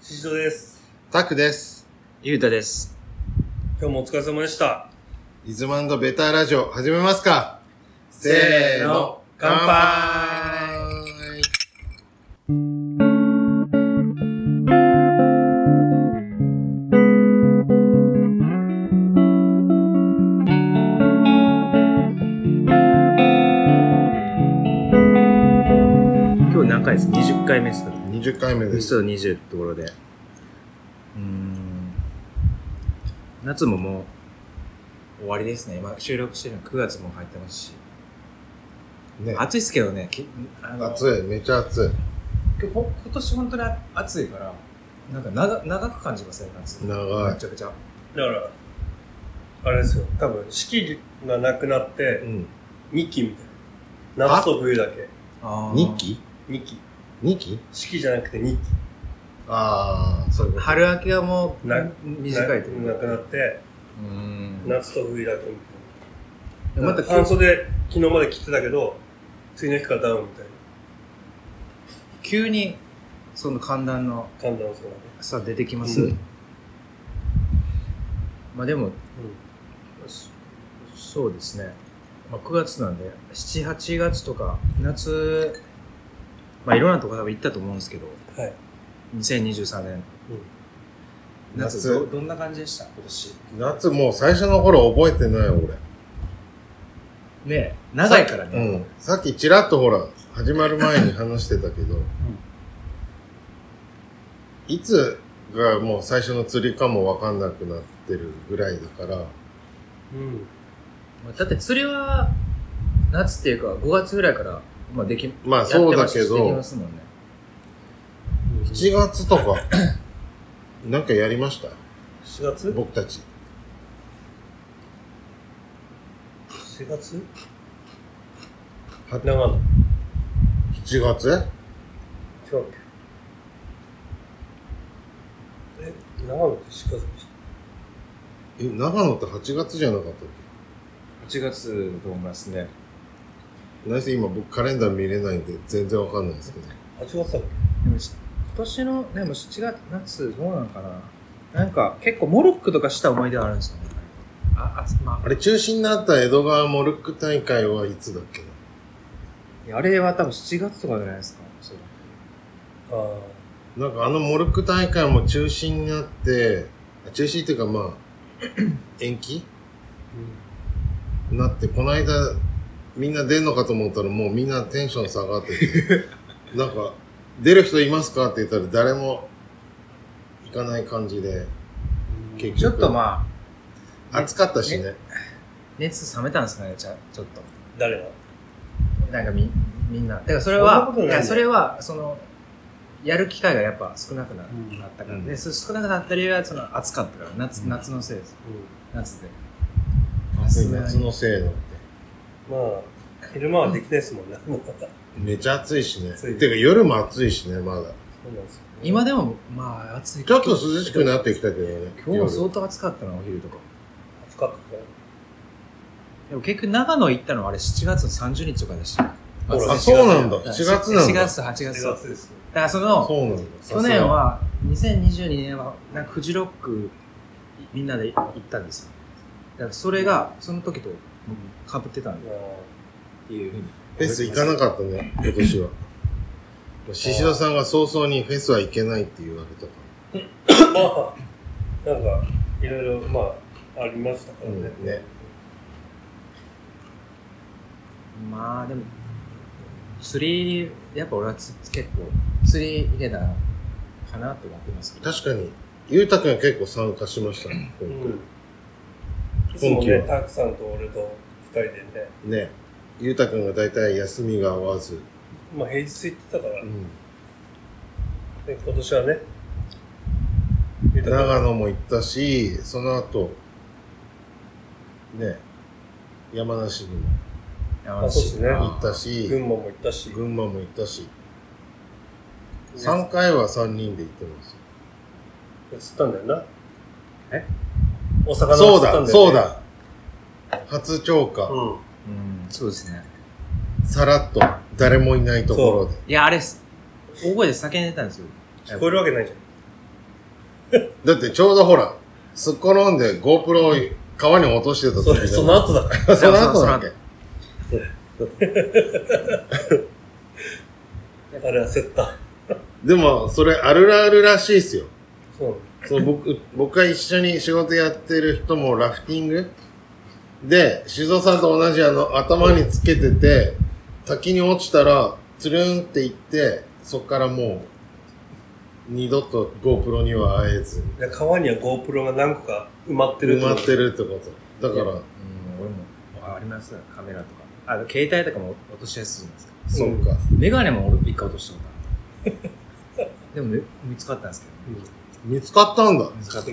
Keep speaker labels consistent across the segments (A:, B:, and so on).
A: シシドです。
B: タクです。
C: ゆうたです。
A: 今日もお疲れ様でした。
B: イズマンドベターラジオ始めますかせーの、
A: 乾杯
C: 今日何回です ?20 回目ですかね。
B: 乾杯 !20 回目
C: ベ
B: で
C: スト
B: す。
C: 20ってところで。うーん。夏もも
D: 終わりですね。今収録してるの9月も入ってますし。
B: ね、
D: 暑いですけどね。きあの
B: 暑い、めちゃ暑
D: ほ今年本当に暑いから、なんか長長く感じますね、夏。
B: い。長い
D: め。ちゃくちゃ。
A: だから、あれですよ。多分、四季がなくなっ
B: う
A: て、
B: ん。
A: 二季みたいな。夏と冬だけ。
D: あ
B: 2期
A: 二季。
B: ?2 期
A: 四季じゃなくて二季。
B: ああ、そういうこと。
D: 春秋はもう
A: な
D: 短いという
A: ななくなって、
D: うん。
A: 夏と冬だけみたいな。
D: ま
A: また
D: た
A: 半袖、昨日まで着てたけど、次の日からダウンみたいな。
D: 急に、その寒暖の
A: 寒暖差がね。
D: 差出てきます。
A: うん
D: まあでも、そそうですね、まあ、9月なんで78月とか夏、まあ、いろんなとこ多分行ったと思うんですけど
A: うん。はい。
D: 2023年
A: うん
D: 夏
B: 夏
D: どどんな感じでした今年
B: 夏もう最初の頃覚えてない俺。
D: ねえ長いから
B: う
D: ね、
B: ん。さっきちらっとほら、始まる前に話してたけど、いつがもう最初の釣りかもわかんなくなってるぐらいだから、
A: うん。
D: まあだって釣りは夏っていうか5月ぐらいから、まあ、でき
B: まあ
D: やって
B: そうだ
D: ま
B: け
D: すし
B: ど
D: できますもんね
B: 7月とか、 なんかやりました
A: 4月
B: 僕たち。
A: ?4 月
B: は
A: 長野。違
B: 7月
A: うっけえ、長野って4月
B: え、長野って8月じゃなかったっ
D: 8月だと思いますね
B: け何せ今僕カレンダー見れないんで全然わかんないですけど。
A: 8月だっけ
D: でもし今年のでも7月夏どうなんかななんか結構モルックとかした思い出があるんですよねああまあ
B: あれ中止になった江戸川モルック大会はいつだっけ
D: いやあれは多分7月とかじゃないですか。そう
A: ああ。
B: ななんかあのモルック大会も中止になって、あ中止っていうかまあ、延期になって、この間みんな出んのかと思ったらもうみんなテンション下がって て、なんか出る人いますかって言ったら誰も行かない感じで、結局。
D: ちょっとまあ
B: 暑かったしね。
D: あ、熱冷めたんですかね、ちゃちょっと。
A: 誰が
D: なんかみ、みんな。だからそれ
A: そんなこ
D: は、
A: とないよ
D: やそれは、その、やる機会がやっぱ少なくな
A: うん
D: なったから、
B: うん
D: で、そ少なくなった理由は、その暑かったから、夏、
B: うん
D: 夏のせいです。夏で。
B: 暑い
D: さ
B: 夏
D: すがに
B: のせいなんて。
A: まあ、昼間はできないですもんね。
B: めちゃ暑いしね。
A: 暑い
B: てか夜も暑いしね、ま
A: そう
B: だ。
A: なんですよ、
D: 今でも、まあ、暑い
B: ちょっと涼しくなってきたけどね。
D: 今日も相
B: 夜
D: 当暑かったな、お昼とか。
A: 暑かったね。
D: でも結局、長野行ったのはあれ7月の30日とかだし。
A: ほら
B: あ、そうなんだ。7
D: 7
B: 月なん
D: 7
B: だ。
D: 月、8
A: 4
D: 月。だか
A: 月ですね。
D: らその、
B: そうなんだ。
D: 去年は、2022年は、なんかフジロック、みんなで行ったんですよ。だからそれが、その時と、被ってたんだっていうふうに。
B: フェス行かなかったね、今 年は。シシドさんが早々にフェスは行けないって言われたか。
A: まあ、なんか、いろいろ、まあ、ありましたからら
B: うん
A: ね。
B: ね。
D: まあ、でも、釣り、やっぱ俺はつ結構、釣り入れたかなと思ってますけど。
B: 確かに、ゆうたくんは結構参加しましたね、
A: う
B: 今
A: ん。いつも
B: 今季
A: ね、
B: は
A: たくさんと俺と二人でね、
B: 回。ね。ゆうたくんが大体休みが合わず。
A: まあ平日行ってたから、
B: うん
A: で今年はね、ゆうたくん
B: 長野も行ったし、その後、ね、山梨にも
D: 山
A: あそうですね
B: 行ったし、
A: 群馬も行ったし、
B: 群馬も行ったし、3回は3人で行ってます。
A: 釣ったんだよな。
D: え
A: お魚を
B: そう
A: 釣ったんだよ、
B: だ、
A: ね。
B: そう。だ。初超過、
A: うん。
D: うん、そうですね。
B: さらっと、誰もいないところで。
D: いや、あれっす、大声で叫んでたんですよ。
A: 聞こえるわけないじゃん。
B: だってちょうどほら、すっ転んで GoPro を川に落としてた
A: そ
B: 時
A: れ、
B: だ
A: その後だから。
B: あその後だっけ
A: あれはセッター。
B: でも、それあるあるらしいっすよ。
A: そう。
B: そう僕、僕が一緒に仕事やってる人もラフティングで、修造さんと同じあの、頭につけてて、滝に落ちたら、つるんっていって、そっからもう、二度と GoPro には会えず、
A: いや川には GoPro が何個か埋まってる
B: 埋まって
A: る。
B: るってこと。だから、
D: うん、俺も、あありますよ、カメラとか。あ、携帯とかも落としやすいじゃないですか。
B: そうか。
D: メガネも俺一回落としたことある。 でも、ね、見つかったんですけどね。
B: 見つかったんだ。
D: 見つかっ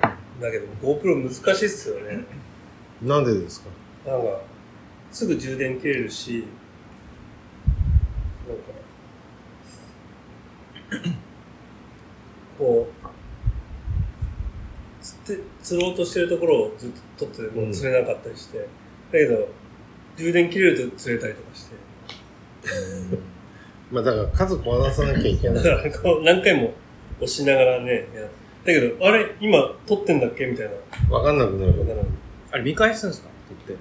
D: た。
A: だけど GoPro 難しいっすよね。
B: なんでですか
A: なんか、すぐ充電切れるし、なんか、 こう、釣って、釣ろうとしてるところをずっと撮っててもう釣れなかったりして、だけど、充電切れると釣れたりとかして、
B: まあだから数こなさなきゃいけな
A: だ
B: い
A: か。 らこう何回も押しながらね、やだけど、あれ今撮ってんだっけみたいな。
B: わかんなくなるから。
A: だから
D: あれ見返すんですか撮って。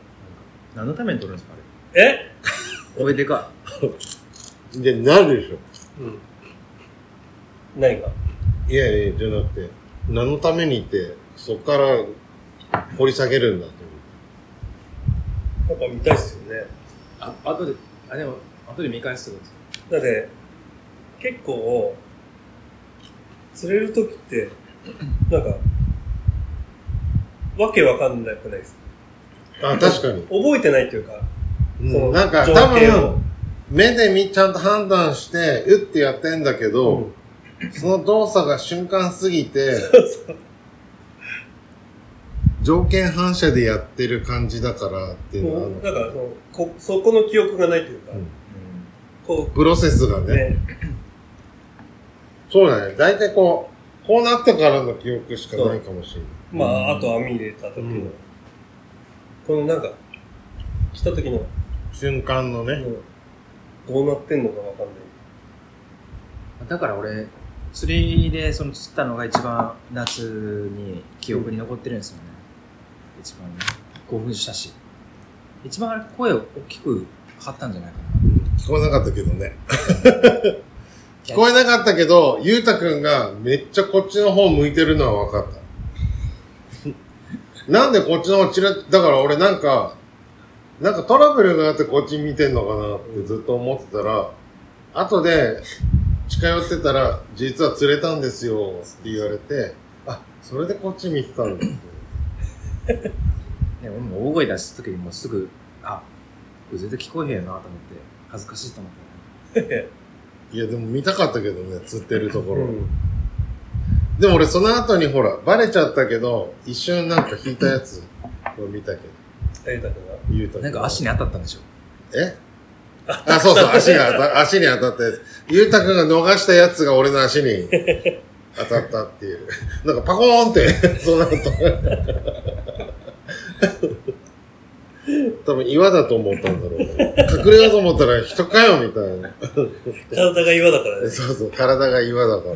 D: なんか何のために撮るんですかあれ。
A: え
D: これでか
B: で、なるでしょ。
A: うん。何が
B: いやいや、じゃなくて、何のためにって、そっから掘り下げるんだと
A: なんか見たいっすよね。
D: い。あ、後で、あ、でも、後で見返すってこ
A: だ
D: とですか
A: って、結構、釣れるとき って、なんか、わけわかんなくないです。
B: 思って。あ、確かに。
A: 覚えてないというか、 そ
B: うん、
A: の
B: なんか
A: 情
B: 多
A: 景を
B: 分、目で見、ちゃんと判断して、うってやってんだけど、その動作が瞬間すぎ て、条件反射でやってる感じだからっていうのは
A: こ
B: あるの
A: う
B: か
A: だからそのこ、そこの記憶がないというか、
B: うん
A: こ
B: プロセスが
A: う、
B: ね。
A: ね、
B: そうだね。大体こう、こうなってからの記憶しかないかもしれない。
A: まあ、
C: うん
A: あと網入れた時の、
B: うん
A: このなんか、来た時の、
B: 瞬間のね。
A: どうなってんのかわかんない。
D: だから俺、釣りでその釣ったのが一番夏に記憶に残ってるんですよね。一番ね。興奮したし。一番あれ声を大きく張ったんじゃないかな。
B: 聞こえなかったけどね。聞こえなかったけど、ゆうたくんがめっちゃこっちの方向いてるのは分かった。なんでこっちの方ちら、だから俺なんか、なんかトラブルがあってこっち見てんのかなってずっと思ってたら、後で近寄ってたら、実は釣れたんですよって言われて、あ、それでこっち見てたんだって。
D: ね、俺も大声出した時にもうすぐ、あ、これ絶対聞こえへんよなと思って、恥ずかしいと思って。
B: いやでも見たかったけどね、釣ってるところ。
A: うん
B: でも俺その後にほら、バレちゃったけど、一瞬なんか引いたやつを見たけど、
A: 大丈夫だ
B: ゆうたく
D: なんか足に当たったんでしょ
B: えあ、そうそう、足が当た、足に当たったやつ。ゆうたくんが逃したやつが俺の足に当たったっていう。なんかパコーンって、その後。多分岩だと思ったんだろうね。隠れようと思ったら人かよみたいな。
A: 体が岩だからね。
B: そうそう、体が岩だから。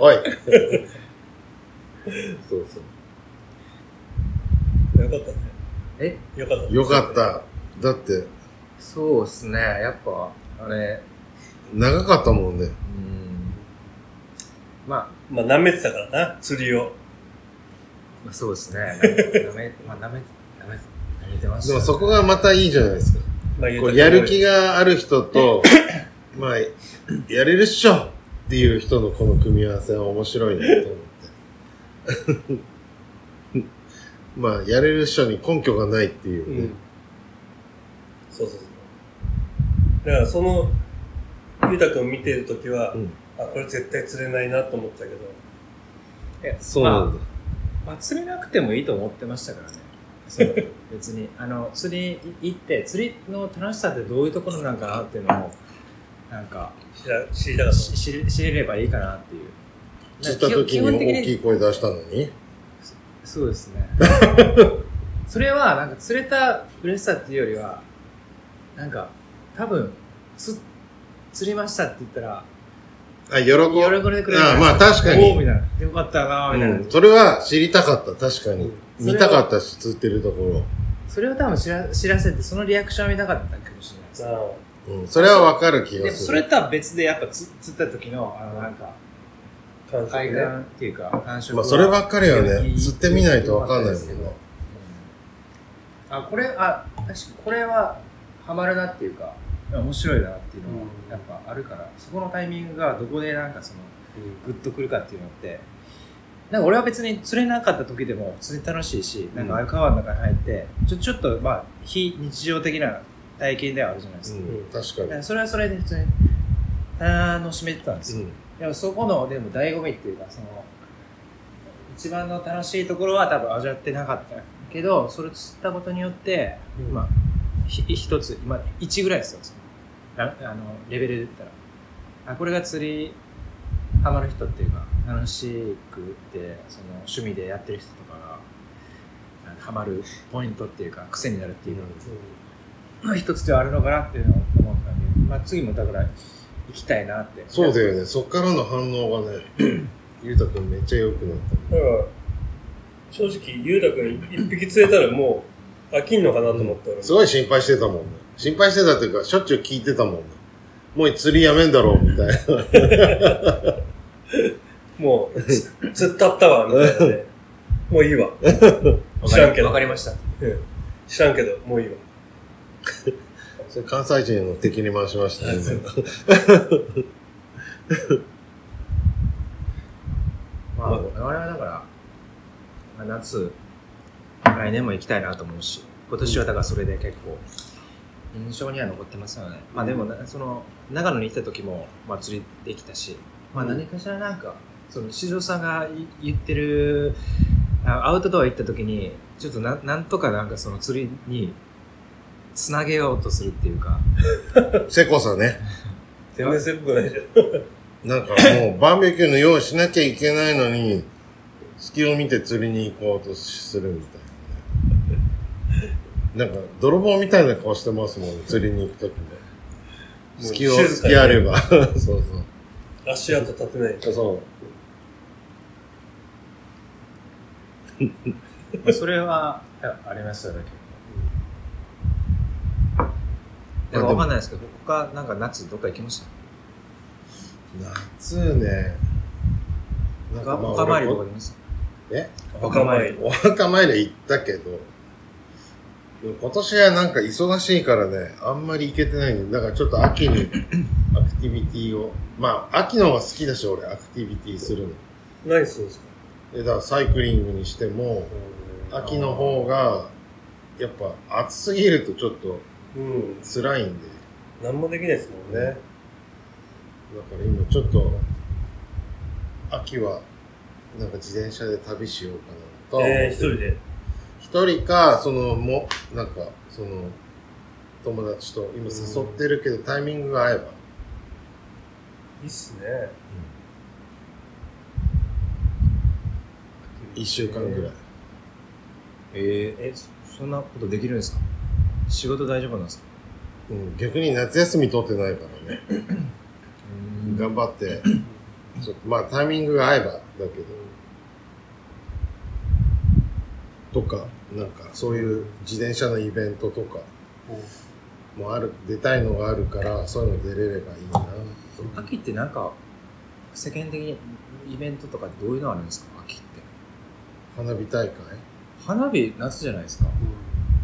B: おい。そうそ
A: よかったね。
D: え
A: よかった、
B: う。よかった。だって、
D: そうっすね。やっぱ、あれ、
B: 長かったもんね。
D: うん。ま
A: まあ、舐めてたからな、釣りを。
D: あ、そうですね。なめ、まあ、なめ、なめ、なめてました、
B: でもそこがまたいいじゃないですか。
A: まあ、言う
B: こ
A: た
B: う
A: ら
B: やる気がある人と、 まあ、やれるっしょっていう人のこの組み合わせは面白いなと思って。 まあ、やれるっしょに根拠がないっていううね。
A: ん。そうそうそう。だからその、ゆうたくんを見てるときは、
B: うん
A: あ、これ絶対釣れないなと思ったけど、
D: え
B: そうなんだ。
D: まあ、釣れなくてもいいと思ってましたからね。その別に。あの、釣り行って、釣りの楽しさってどういうところなんかなっていうのを、なんか、
A: 知ら、知りたかっ
D: し知れ知れればいいかなっていう。
B: 釣った時に
D: なんか基本的
B: 大きい声出したのに。
D: そうです ね。それは、なんか釣れた嬉しさっていうよりは、なんか、多分、つ、釣りましたって言ったら、
B: あ、喜ぶ。
D: 喜んでくれる
B: あまあ確か
D: おー
B: に
D: み。たいな。よかったなーみたいな、
B: うん、それは知りたかった、確かに。
D: それは
B: 見たかったし、釣ってるとこ
D: それを多分知ら知らせて、そのリアクションを見たかったかもしれないです。
A: なあ
B: ろ。うん、それはわかる気
D: で
B: が
D: も
B: す
D: それ
B: る。
D: とは別で、やっぱつ釣った時の、あの、なんか、
A: 感想
D: 海
A: ね
D: 岸っていうか、感触
B: ま
D: は
B: あそればっかりはね
D: い、い
B: 釣ってみないとわかんないもんね。
D: あ、これ、あ、確かにこれは、ハマるなっていうか、面白いなっていうのは、
A: うん
D: やっぱあるから、そこのタイミングがどこでなんかその、グッとくるかっていうのって、なんか俺は別に釣れなかった時でも釣れ楽しいし、なんかああいう川の中に入って、ちょちょっとまあ、非日常的な体験ではあるじゃないです
B: う
D: か。
B: ん、確
D: だ
B: か
D: か
B: に
D: らそれはそれで普通に楽しめてたんですよ。。
B: うん
D: でもそこの、でも醍醐味っていうか、その、一番の楽しいところは多分味わってなかったけど、それを釣ったことによって、
A: うん
D: まあ、ひ一つ、今、1ぐらいですよ、その、ラあの、レベルで言ったら。あ、これが釣り、ハマる人っていうか、楽しくて、その、趣味でやってる人とかが、あのハマるポイントっていうか、癖になるっていうか、の一つではあるのかなっていうのを思ったんで、まあ、次もだから、行きたいなって。
B: そうだよね。そっからの反応がね、 ゆうたくんめっちゃ良くなった。
A: だから、正直、ゆうたくん一匹釣れたらもう飽きんのかなと思ったら、
B: すごい心配してたもんね。心配してたっていうか、しょっちゅう聞いてたもんね。もう釣りやめんだろう、みたい な。
A: もう、つ釣ったったわ、みたいな ね。もういいわ。知らんけど
D: わかりました。
A: うん知らんけど、もういいわ。
B: それ関西人の敵に回しましたね。
D: まあ、我々はだから、まあ夏、来年も行きたいなと思うし、今年はだからそれで結構、印象には残ってますよね。まあでもな、その、長野に来た時も、まあ釣りできたし、まあ何かしらなんか、その、市場さんがい言ってる、あアウトドア行った時に、ちょっとな、なんとかなんかその釣りに、つなげようとするっていうか、
B: セコさね。
A: 全然せっくないじゃん。
B: なんかもうバーベキューの用意しなきゃいけないのに、隙を見て釣りに行こうとするみたいなね。なんか泥棒みたいな顔してますもんね、釣りに行くときね。
A: もう
B: 隙を、
A: 静かに
B: 隙あれば。 そうそう。
A: 足跡立てないじゃん。
B: そう。
D: まあそれは、あありますよね、結構。でもわかんないですけど、他、なんか夏どっか行きました
B: 夏ね。なん
D: 他、
B: かまあ
D: 他周りとか
B: 俺
D: 行きました
B: え
A: 若前
B: お墓参りは行ったけど、でも今年はなんか忙しいからね、あんまり行けてないんで、だからちょっと 秋にアクティビティを、まあ、秋の方が好きだし、俺、アクティビティするの。
A: 何するんですか
B: で、だからサイクリングにしても、秋の方が、やっぱ暑すぎるとちょっと
A: うん。
B: 辛いんで、
A: 何もできないですもんね。
B: だから今ちょっと、秋は、なんか自転車で旅しようかなとは思って
A: えー、
B: る
A: 一人で。
B: 一人か、その、も、なんか、その、友達と今誘ってるけど、タイミングが合えば。
A: いいっすね。
B: 一週間ぐらい。
D: ええ、そそんなことできるんですか仕事大丈夫なんですか
B: うん、逆に夏休み取ってないからね。頑張って、ちょっと、まあタイミングが合えば、だけど。とか、なんか、そういう自転車のイベントとか、もある、出たいのがあるから、そういうの出れればいいな。
D: 秋ってなんか、世間的にイベントとかどういうのあるんですか秋って。
B: 花火大会
D: 花火、夏じゃないですか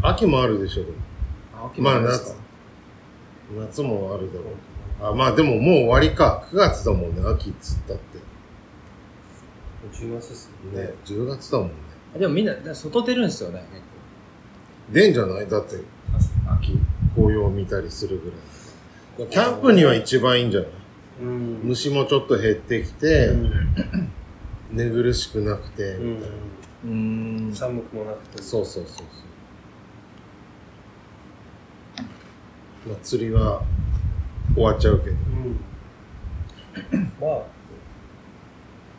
B: 秋もあるでしょ、でも
D: あ秋
B: まあ
D: なんです
B: 夏
D: か。
B: 夏もあるだろうけど。あ、まあでももう終わりか。9月だもんね、秋っつったって。
A: 10月っすね。
B: ね、10月だもんね。
D: あでもみんな、だから外出るんですよね、結
B: 出んじゃないだって
D: 構。秋。
B: 紅葉見たりするぐらい。キャンプには一番いいんじゃない
A: うん。
B: 虫もちょっと減ってきて、寝苦しくなくて、
A: う
B: みた
A: ん
B: いな。
D: うーん。
A: 寒くもなくて。
B: そうそうそうそう。まあ、釣りは終わっちゃうけど。
A: うん。 ま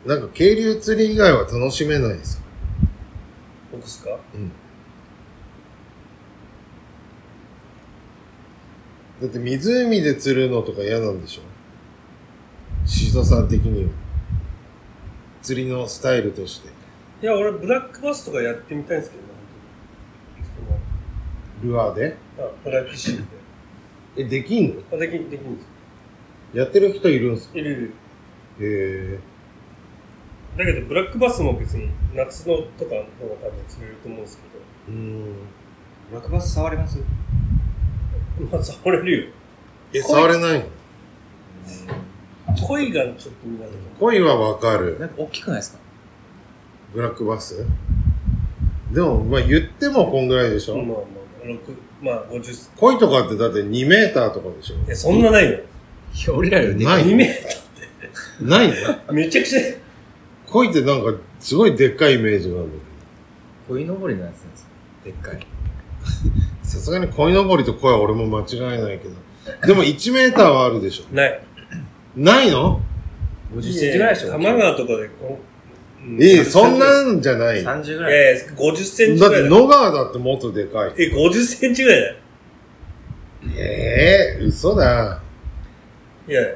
A: あ、
B: なんか、渓流釣り以外は楽しめないですか
A: 僕っすか
B: うんだって湖で釣るのとか嫌なんでしょシドさん的には釣りのスタイルとして。
A: いや、俺、ブラックバスとかやってみたいんですけどね、本
B: ルアーで
A: 当に。その、あブラックシールで。
B: え、できんの
A: あ、でき、できるんです
B: やってる人いるんすか
A: いるいる。
B: へ
A: だけど、ブラックバスも別に、夏のとかの方が多分釣れると思うんですけ
B: え。うん。
D: ブラックバス触れます
A: ど、まあ、触れるよ。
B: え、触れないの
A: 恋がちょっと苦手かも
B: 恋はわかる。
D: なんか大きくないですか
B: ブラックバスでも、まあ言ってもこんぐらいでしょ、
A: まあまあ、六まあ、50、
B: 恋とかってだって2メーターとかでしょ
A: え、そんなないよ。
C: いや、俺らよりでか。
B: ないい
A: 2メー
B: ないの
A: トルめちゃくちゃ、
B: 恋ってなんかすごいでっかいイメージなんだ
C: 鯉のぼりのやつなんですよ。でっかい。
B: けど。さすがに鯉のぼりと恋は俺も間違いないけど。でも1メーターはあるでしょ
A: ない。
B: ないの
C: 50センチぐらいでしょ。
A: 多摩川とかで、こうう
B: ええ、そんなんじゃない。だっ
D: ?30 ぐらい。
A: ええ、50セ
B: て
A: ンチぐらいだよ。
B: 野川だってもっとでかい。
A: え、50センチぐらいだよ。
B: ええ嘘だ。
A: いやいや、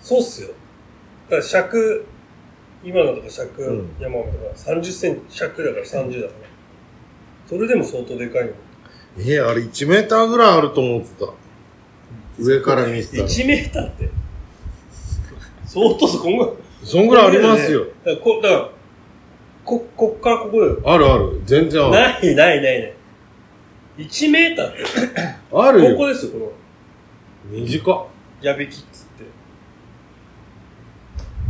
A: そうっすよ。だから尺、今のとか尺、
B: うん
A: 山本とか30センチ、尺だから30だから。それでも相当でかいの。
B: ええあれ1メーターぐらいあると思ってた。上から見てたら。
A: 1メーターって、相当そこんぐらい。
B: そんぐらいありますよ。
A: だからこ、だから、こ、こっからここよ。
B: あるある。全然ある。
A: ないないないない。1メーターって、
B: ある
A: ここ
B: よ。
A: ですよ、この、
B: 短っ。
A: 矢引きっつっ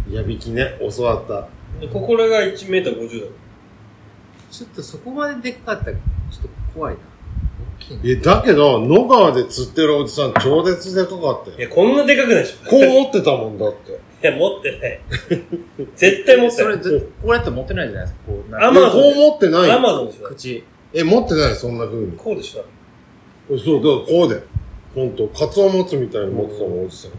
A: て。
B: 矢引きね、教わった。
A: でここらが1メーター50だか
C: ちょっとそこまででっかかったら、ちょっと怖いな。大きいな。
B: え、だけど、野川で釣ってるおじさん超絶でかかった
A: ら。いや、
B: よ。
A: こんなでかくないでしょ。
B: こう持ってたもんだって。
A: いや、持ってない。絶対持って
C: そ
A: な
C: れ
A: い。
C: ず、こうやって持ってないじゃないですか。こう、
A: ア
C: なん
A: マ
C: か
B: いやこう持ってない
A: ア
B: よ。
A: マゾンでしょ。
C: 口。
B: え、持ってない、そんな風に。
A: こうでしょ。
B: そう、だからこうで。ほんと、カツオ持つみたいに持ってたもん、おじさん。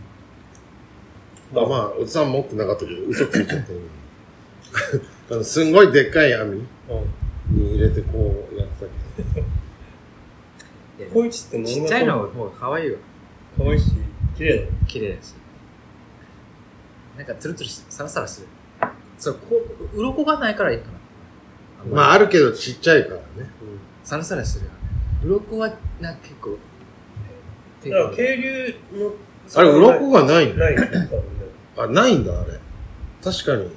B: あまあ、おじさん持ってなかったけど、嘘ついちゃったよ あの、すんごいでっかい網
A: うん。
B: に入れてこうやってたけど。
A: こいつって
C: ちっちゃいのの方が可愛いわ。
A: 可愛いし、綺麗だよ。
C: 綺麗だし。なんか、ツルツルして、サラサラしてる。そう、こう、鱗がないからいいかな。
B: まあ、あるけどちっちゃいからね。
C: サラサラしてるよね。鱗は、なんか結構、手
A: だか
C: が
A: ら、渓流の、
B: あれ、鱗がないの
A: ないよ、多分ね。
B: あ、ないんだ、あれ。確かに、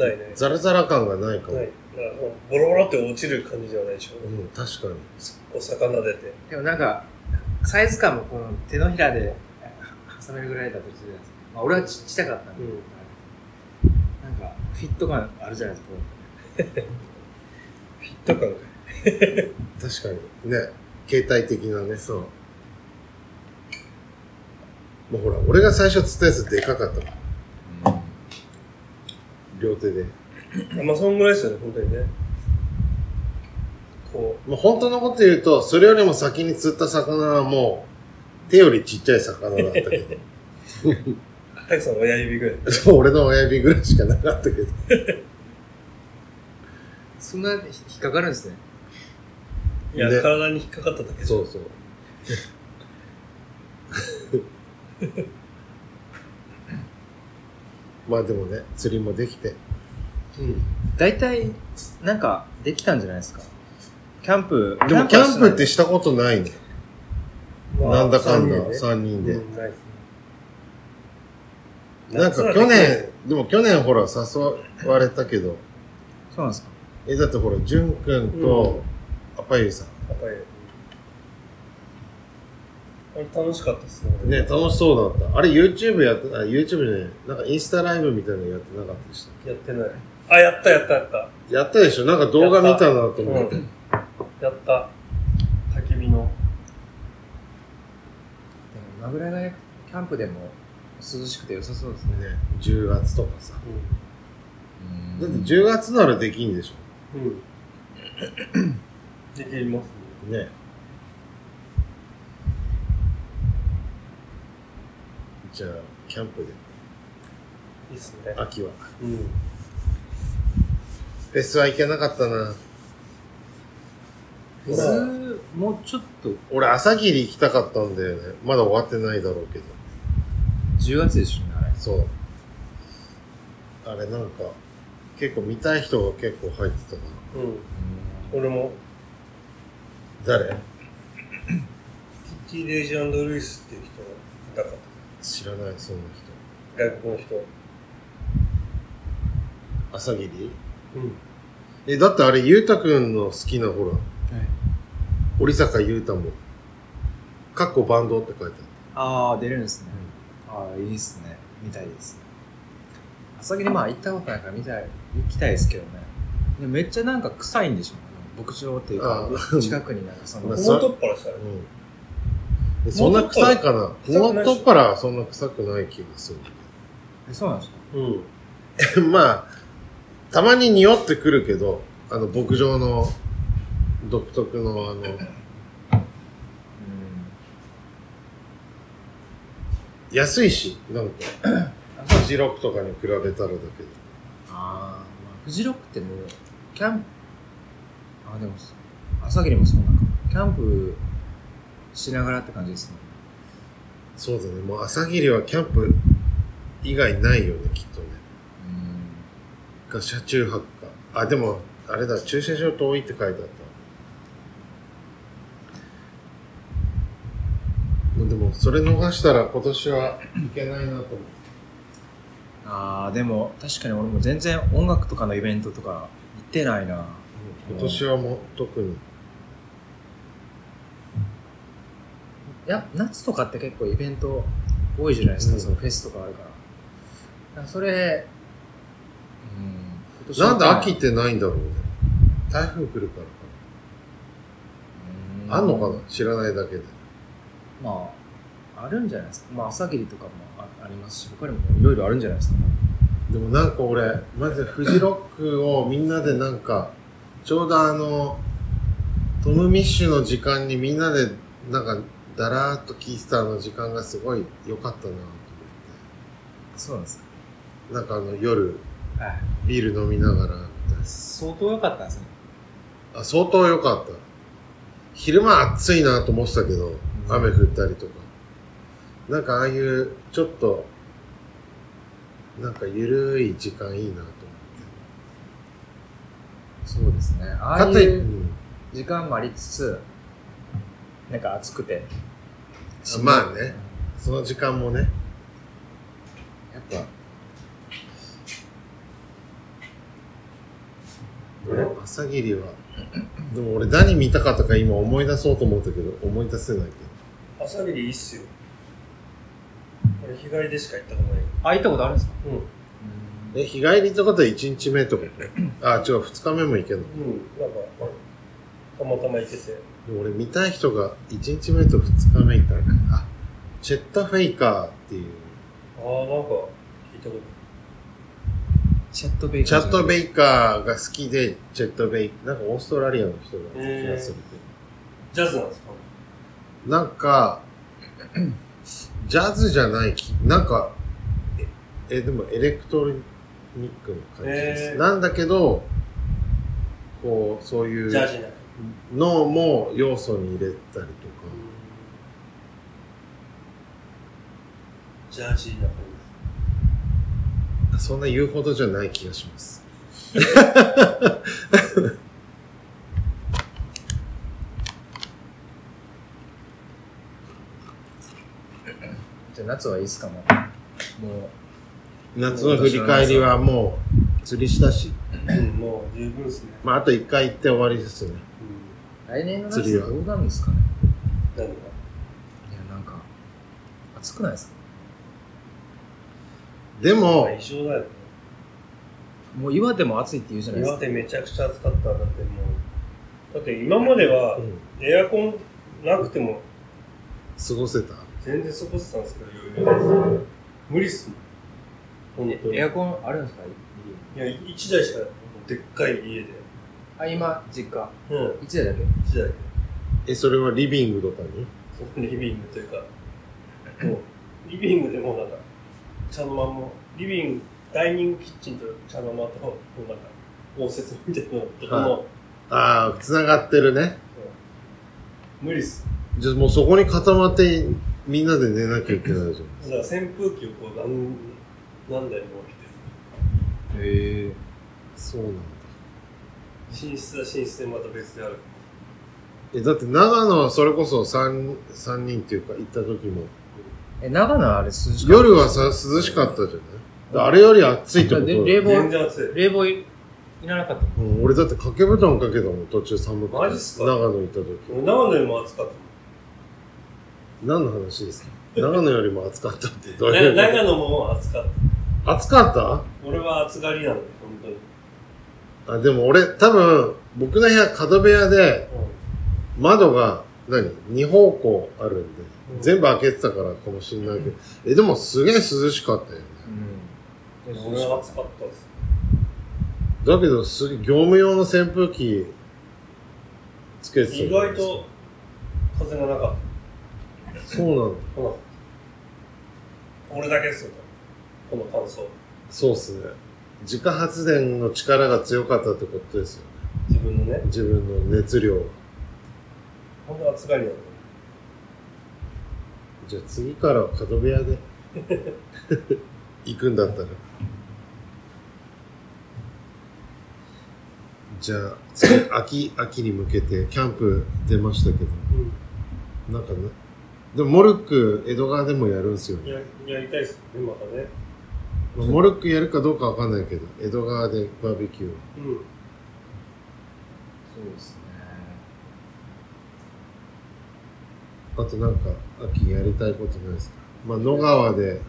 A: ないね。
B: ザラザラ感がないかも。
A: ない。だから、ボロボロって落ちる感じではないでしょ。
B: うん、確かに。
A: お魚出て。
C: でもなんか、サイズ感もこの手のひらでは挟めるぐらいだとするじゃないですか。まあ、俺はちっちゃかったんで、
A: うん
C: なんか、フィット感あるじゃないですか。
A: フィット感が。
B: 確かに。ね。携帯的なね。そう。もうほら、俺が最初釣ったやつでかかったもん両手で。
A: まあ、そんぐらいですよね、本当にね。こ
B: もう本当のこと言うと、それよりも先に釣った魚はもう、手よりちっちゃい魚だったけど。
A: う、たくさんの親指ぐらい。
B: そう俺の親指ぐらいしかなかったけど。
C: そんな引っかかるんですね。
A: いや、
B: ね
A: 体に引っかかっただけ
B: そうそう。 まあでもね、釣りもできて。
D: 大体、なんか、できたんじゃないですかキャンプ。
B: でもキャンプって
D: し
B: したことないね。
A: まあ
B: なんだかんだ、
A: 三
B: 3人
A: 人
B: で。
A: でうんないですね
B: なんか去年、でも去年ほら誘われたけど、
D: そうなんですか
B: え、だってほら、じゅんくんと、アパユさ
A: やっぱりあれ楽しかったですね。
B: ん。ね、楽しそうだった。あれ YouTube やって、あ、YouTube ね、なんかインスタライブみたいなのやってなかったでし
A: やってない。あ、やったやったやった。
B: た。やったでしょなんか動画見たなと思って。
A: やった。焚き火の。
C: でも今ぐらいがねキャンプでも涼しくて良さそうですね。
B: ね、10月とかさ。だって
C: うん
B: 10月ならできんでし
A: うん。うん。できますね。
B: ょね。じゃあ、キャンプで、
A: いいっすね。
B: 秋は。
A: うん。
B: フェスは行けなかったな。
A: ま
D: 普
A: あ
D: 通、もうちょっと、
B: 俺、朝霧行きたかったんだよね。まだ終わってないだろうけど。
D: 10月でしょうね、あれ。
B: そう。あれなんか、結構見たい人が結構入ってたか
A: うん。俺も、
B: ら。誰
A: ティティ・レイジアンド・ルイスっていう人がいたかっ
B: 知らない、そんな
A: た。外国の人。
B: 人。朝霧
A: うん。
B: え、だってあれ、ゆうたくんの好きなほら、折坂ゆうたも、かっこバンドって書いて
D: ああ、出るんですね。ああ、いいっすね。見たいですね。朝霧まあ行ったことないから見たい、行きたいですけどね。でもめっちゃなんか臭いんでしょうね。牧場っていうか
B: あ、ー
D: 近くになんかその
B: まあ、
A: 大とっぱらした
B: あ
A: ね
B: る。。うん。でそんな臭いかな
A: も
B: も
A: う
B: う
A: と
B: と
A: っ
B: っ
A: ぱ
B: ぱらはそんな臭くない気がする。
D: えそうなんですか
A: うん。
B: まあ、たまに匂ってくるけど、あの、牧場の独特のあの、安いし、なん か、フジロックとかに比べたらだけど。
D: ああ、まあ、フジロックってもう、キャンプ、あ、でも、朝霧もそうなんか。キャンプしながらって感じですね。
B: そうだね、もう朝霧はキャンプ以外ないよね、きっとね。
D: うん。
B: か、車中泊か。あ、でも、あれだ、駐車場遠いって書いてあった。もうでも、それ逃したら今年はいけないなと思って。
D: ああ、でも、確かに俺も全然音楽とかのイベントとか行ってないな。
B: 今年はもう特に。
D: いや、夏とかって結構イベント多いじゃないですか、
B: うん
D: そのフェスとかあるから。だからそれ、うん、今年は
B: なんで秋ってないんだろうね。台風来るからか
D: うん
B: な。あんのかな知らないだけで。
D: まあ、あるんじゃないですか。まあ、朝霧とかもあありますし、他にもいろいろあるんじゃないですか。
B: でもなんか俺、マジでフジロックをみんなでなんか、ちょうどあの、トム・ミッシュの時間にみんなでなんか、だらーっと聴いてたあの時間がすごい良かったなと思
D: そうなんですか。
B: って。なんかあの夜、
D: はい。
B: ビール飲みながらみたい
D: 相当良かったんですね。
B: な。あ、相当良かった。昼間暑いなと思ってたけど、雨降ったりとか。なんかああいう、ちょっと、なんかゆるい時間いいなと思
D: そうですね。ああ
B: って。かと
D: い
B: い、
D: う
B: うん
D: 時間もありつつ、なんか暑くて。
B: あまあね。その時間もね。
D: やっぱ、
B: 朝霧は。でも俺何見たかったか今思い出そうと思ったけど、思い出せないけ
A: 朝霧いいっすよ。俺、日帰りでしか行ったことない。
D: あ、行ったことあるんですか
A: う
B: ど。え、日帰りってことは1日目ってことあ、違う、2日目も行けんの。
A: ん。うん。なんか、たまたま行けて。
B: でも俺見たい人が1日目と2日目行ったら、あ、チェッタフェイカーっていう、
A: ああ、なんか、聞いたこと
D: チャットベイ
B: チャットベ
D: イ。
B: イカーが好きで、チェットベイ、なんかオーストラリアの人が気がするけど。
A: ジャズなんですか
B: なんか、ジャズじゃないき、なんか、え、えでもエレクトロニックの感じです。
A: えー
B: なんだけど、こう、そうい
A: ジャージ
B: う
A: ーな。
B: のも要素に入れたりとか、
A: ジャージーな感
B: そんな言うほどじゃない気がします。
D: じゃあ夏はいいっすかもう。もう、
B: 夏の振り返りはもう釣りしたし、
A: じ。うん、もう十分ですね。
B: まああと一回行って終わりですね。
A: うん。
D: 来年の夏
B: 釣りは
D: どうなるんですかね
A: 何が
D: いや、なんか、暑くないですか
B: でも、
A: 異常だよね。
D: もう岩手も暑いって言うじゃないです
A: 岩
D: か。
A: 手めちゃくちゃ暑かった。だってもう、だって今までは
B: うん
A: エアコンなくても
B: 過ごせた。
A: 全然過ごしてたんですけど、余裕で無理っすもん。本当に。い
D: エアコンあるんですか
A: や、一台しかない。でっかい家で。
D: あ、今、実家。
A: うん、
D: 一台だけ。
A: 一台で。
B: え、それはリビングとかに
A: そこにリビングというか、もう、リビングでもうなんか、茶の間も、リビング、ダイニングキッチンと茶の間と、もうなんか、応接みたいなのとかも、
B: ああ、繋がってるね。
A: 無理っす。
B: じゃあもうそこに固まってみんなで寝なきゃいけないじゃん。
A: だから扇風機をこう何何台も置いて
D: へえ。
B: そうなんだ。
A: 寝室は寝室でまた別である
B: え、だって長野はそれこそ三、三人っていうか行った時も、
D: え、長野はあれ涼しかった
B: 夜はさ、涼しかったじゃないであれより暑いってことだ
D: 冷
B: よ、
A: 全
D: 房、
A: 然暑い
D: 冷房いらなかった。
B: うん、俺だって掛け布団かけたもん、途中寒くて。
A: マジっすか
B: 長野行った時。
A: 俺長野よりも暑かっ
B: 何の話ですか長野よりも暑かったって
A: た
B: どう
A: な
B: いうこと
A: 長野も暑かっ
B: 暑か
A: た俺は暑がりなんで本当に、
B: ったあ、でも俺、多分、僕の部屋、角部屋で、窓が、何二方向あるんで、
A: うん
B: 全部開けてたからかもしれないけど、え、でもすげえ涼しかったよね。
D: うん。
A: 俺は暑かったです
B: だけど、す業務用の扇風機、つけてたよ
A: 意外と風がなかっ
B: そうなの。
A: た来なかった俺だけですよこの感想
B: そうっすね。自家発電の力が強かったってことですよね。
A: 自分のね
B: 自分の熱量は。
A: 本当暑がりなんで
B: じゃあ次からは角部屋で行くんだったら。じゃあ次、秋、秋に向けてキャンプ出ましたけど、なんかね、でもモルック、江戸川でもやるんすよ
A: うん
B: ね。
A: ややりたいですねまたね
B: まあモルックやるかどうかわかんないけど、江戸川でバーベキューを。
A: うん
D: そうですね。
B: あとなんか、秋やりたいことないですかまあ、野川で、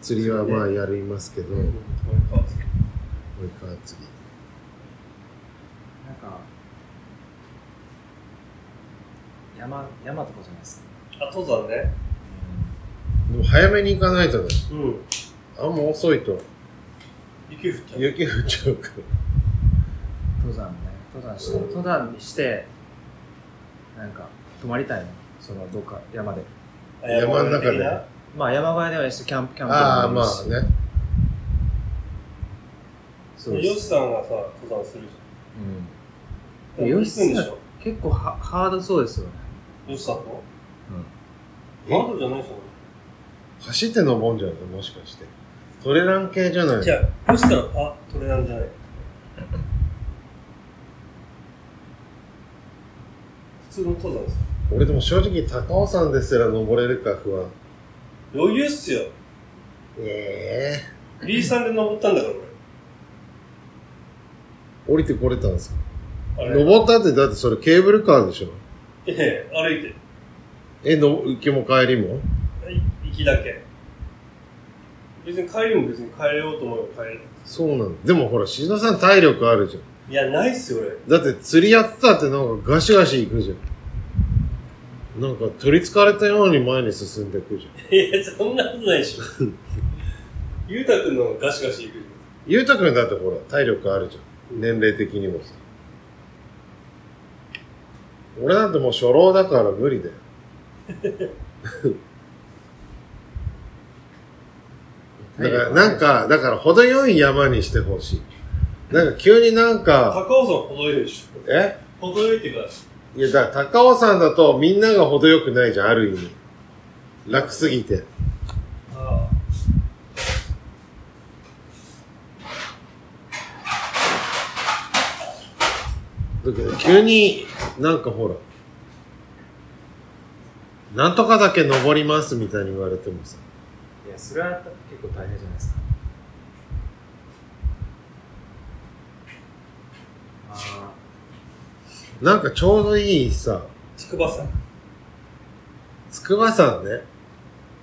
B: 釣りはまあやりますけど、
A: うん
B: も
A: こういう感じ
B: う一回釣り。
D: なんか、山、山とかじゃないですか。
A: あ登山ね
B: でも早めに行かないとね、
A: うん
B: あんま遅いと
A: 雪降っちゃう
B: 雪降っちゃうから。
D: 登山ね。登山して、登山して、なんか、泊まりたいの。その、どっか山で。
A: あ
B: 山の中
A: 的
B: で
A: な
D: まあ、山小屋ではですし、キャンプ、キャンプ で
B: ああ、
D: もい
B: ま
D: いし
B: あ。ね。
D: そう
A: ヨ
D: で
A: シ
D: す。
A: さんがさ登山するじゃん
D: うん。よし
A: 行くんでしょ
D: 結構はハードそうですよね。
A: ヨシさんの
B: え
A: ハードじゃないでしょ
B: 走って登んじゃうのもしかして。トレラン系じゃない
A: じゃあヨシさんあトレランじゃない普通の登山です
B: 俺でも正直高尾山ですら登れるか不安。
A: 余裕っすよ
B: え
A: B さんで登ったんだから
B: え降りてこれたんですか
A: 俺あれ
B: 登ったってだってそれケーブルカーでしょ
A: ええ歩いて
B: え、の、行きも帰りも
A: い行きだけ別に帰りも別に帰れようと思えば帰れる
B: そうなの。でもほら、しのさん体力あるじゃん。
A: いやないっすよ俺
B: だって釣りやってたってなんかガシガシ行くじゃん。なんか取り憑かれたように前に進んでいくじゃん。
A: いや、そんなことないで しょ。ゆうたくんの方がガシガシいくよ
B: ゆうたくんだってほら、体力あるじゃん。年齢的にもさ。俺なんてもう初老だから無理だよ。だから、なんか、だから程よい山にしてほしい。なんか急になんか、
A: 高尾山程よいでし
B: え
A: ょ。程よいっていうか、
B: いや、だから高尾山だとみんなが程よくないじゃん、ある意味。楽すぎて。
A: あ
B: だけど急になんかほら、なんとかだけ登りますみたいに言われてもさ、
D: いや、それは結構大変じゃないですか。あ
B: なんかちょうどいいさ、
A: あ、筑波山。
B: 筑波山ね。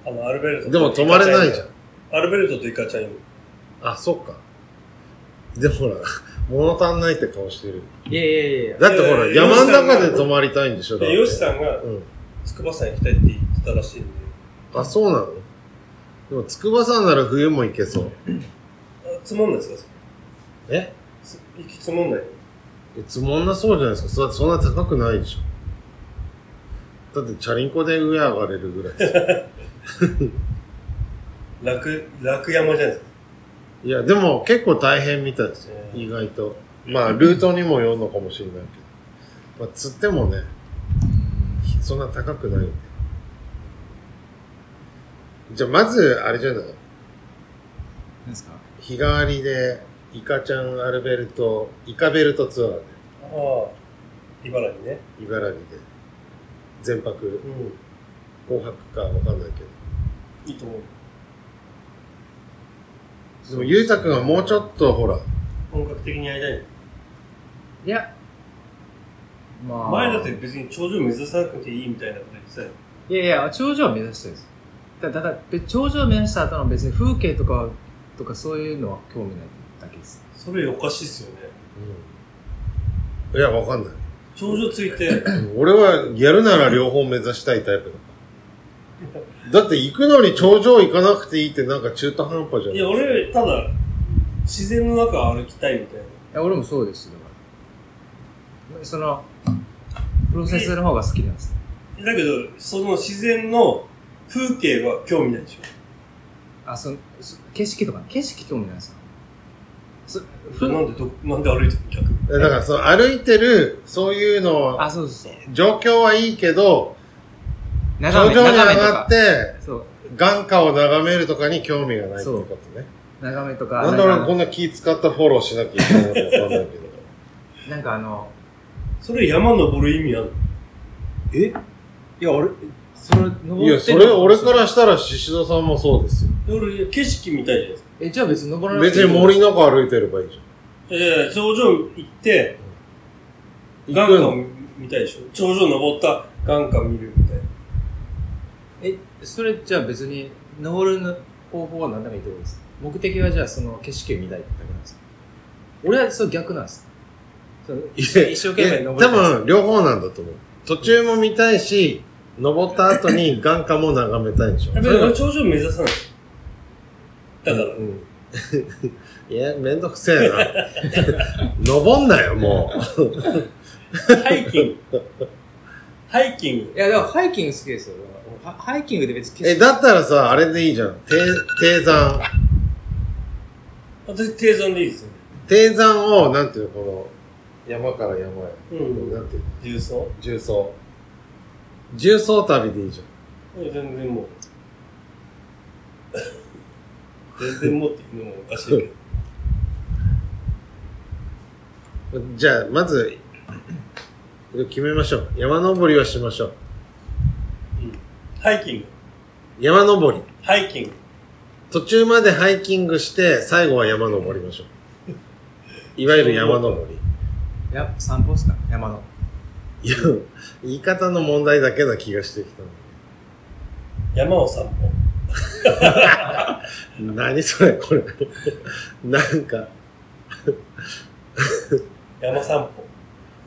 A: あの、アルベルトと
B: でも泊まれないじゃん。
A: アルベルトとイカちゃんいる。
B: あ、そっか。でもほら、 物足んないって顔してる。
D: あ。いやいやいやいや。
B: だってほら、
A: いやいや
B: 山の中で泊まりたいんでしょ、だ
A: で、
B: って。
A: ヨシさんが
B: うん。
A: 筑波山行きたいって言ってたらしいんで、
B: あ、そうなのでも筑波山なら冬も行けそう。
A: あつまんないですかそ
B: え
A: れつ行きつまんない。
B: えつもんなそうじゃないですか。そそんな高くないでしょ。だってチャリンコで上上がれるぐらいですよ。
A: 楽、楽山じゃないですか。
B: いや、でも結構大変みたいですよ。
A: うん
B: 意外と。まあ、ルートにもよるのかもしれないけど。まあ、釣ってもね、そんな高くない。じゃあまず、あれじゃない
E: 何ですか
B: 日替わりで、イカちゃん、アルベルト、イカベルトツアーで、
A: ああ、茨城ね。
B: 茨城で、全泊、
A: うん。
B: 紅白かわかんないけど。
A: いいと思う。
B: でも、ゆうたくんはもうちょっと、ほら、
A: 本格的にやりたい。
D: いや。まあ。
A: 前だって別に頂上目指さなくていいみたいなこと言ってたよ。
D: いやいや、頂上を目指してるんです。だだから、べ頂上を目指した後の別に風景とかは、とかそういうのは興味ないだけです。
A: それおかしいっすよね。
B: いや、わかんない。
A: 頂上つい て、
B: 俺はやるなら両方目指したいタイプだから。だって行くのに頂上行かなくていいってなんか中途半端じゃん。
A: いや、俺、ただ、自然の中歩きたいみたいな。
D: いや、俺もそうですよ。だからその、プロセスの方が好きなんです。
A: だけど、その自然の風景は興味ないでし
D: あ、その、そ景色とか、景色興味ないですかそ
A: ょ。
D: ふ
A: なんでど、なんで歩いてる逆に。
B: だからその歩いてる、そういうのは、
D: あ、そうそうそう。
B: 状況はいいけど、頂
D: 眺め、
B: 上に上
D: 眺めと
B: がっ
D: か。
B: て、
D: そう。
B: 眼下を眺めるとかに興味がないっていうことね。
D: 眺めとか。
B: なんで俺
D: か
B: こんな気使ったフォローしなきゃいけないのかわかん ないけど。
D: なんかあの、
A: それ山登る意味ある
E: えいや、俺、それ、
B: いや、それ俺からしたら宍戸さんもそうですよ。
A: 俺、景色見たいじゃないですか。
D: え、じゃあ別に登らなくてい
B: 別
D: い
B: に森の中歩いてればいいじ
A: ええ、頂上行って、
B: ゃ
A: 眼
B: ん。行く
A: 下を
B: の。
A: 見たいでしょ。頂上登った眼下見るみたいな。
D: え、それじゃあ別に、登るの方法は何でもいいってことですか目的はじゃあその景色を見たいってだけなんですか俺はそれ逆なんです。その一生一生懸命
B: 多
D: 登りたいんです
B: 分、両方なんだと思う。途中も見たいし、登った後に眼下も眺めたいでしょ。
A: やっぱり俺頂上目指さない。だから、
B: うん。 いや、めんどくせえな。登んな よ、も
A: ハイキング。ハイキング。
D: いや、でもハイキング好きですよ。俺はハイキングで別に
B: う。
D: 景
B: え、
D: 色。
B: だったらさ、あれでいいじゃん。低、低山。
A: 私、低山でいいですよね。
B: 低山を、なんていうの、この、山から山へ。
A: うん
B: なんていう
A: 重
B: の、
A: 曹
B: 重曹。重曹旅でいいじゃん。
A: 全然もう。全然もうっていうのもおかしいけど。
B: じゃあ、まず、決めましょう。山登りをしましょう。
A: うんハイキング。
B: 山登り。
A: ハイキング。
B: 途中までハイキングして、最後は山登りましょう。いわゆる山登り。
D: いや、散歩っすか山の。
B: いや、言い方の問題だけな気がしてきた
A: 山を散歩。
B: の。何それ、これ。なんか、
A: 山散歩。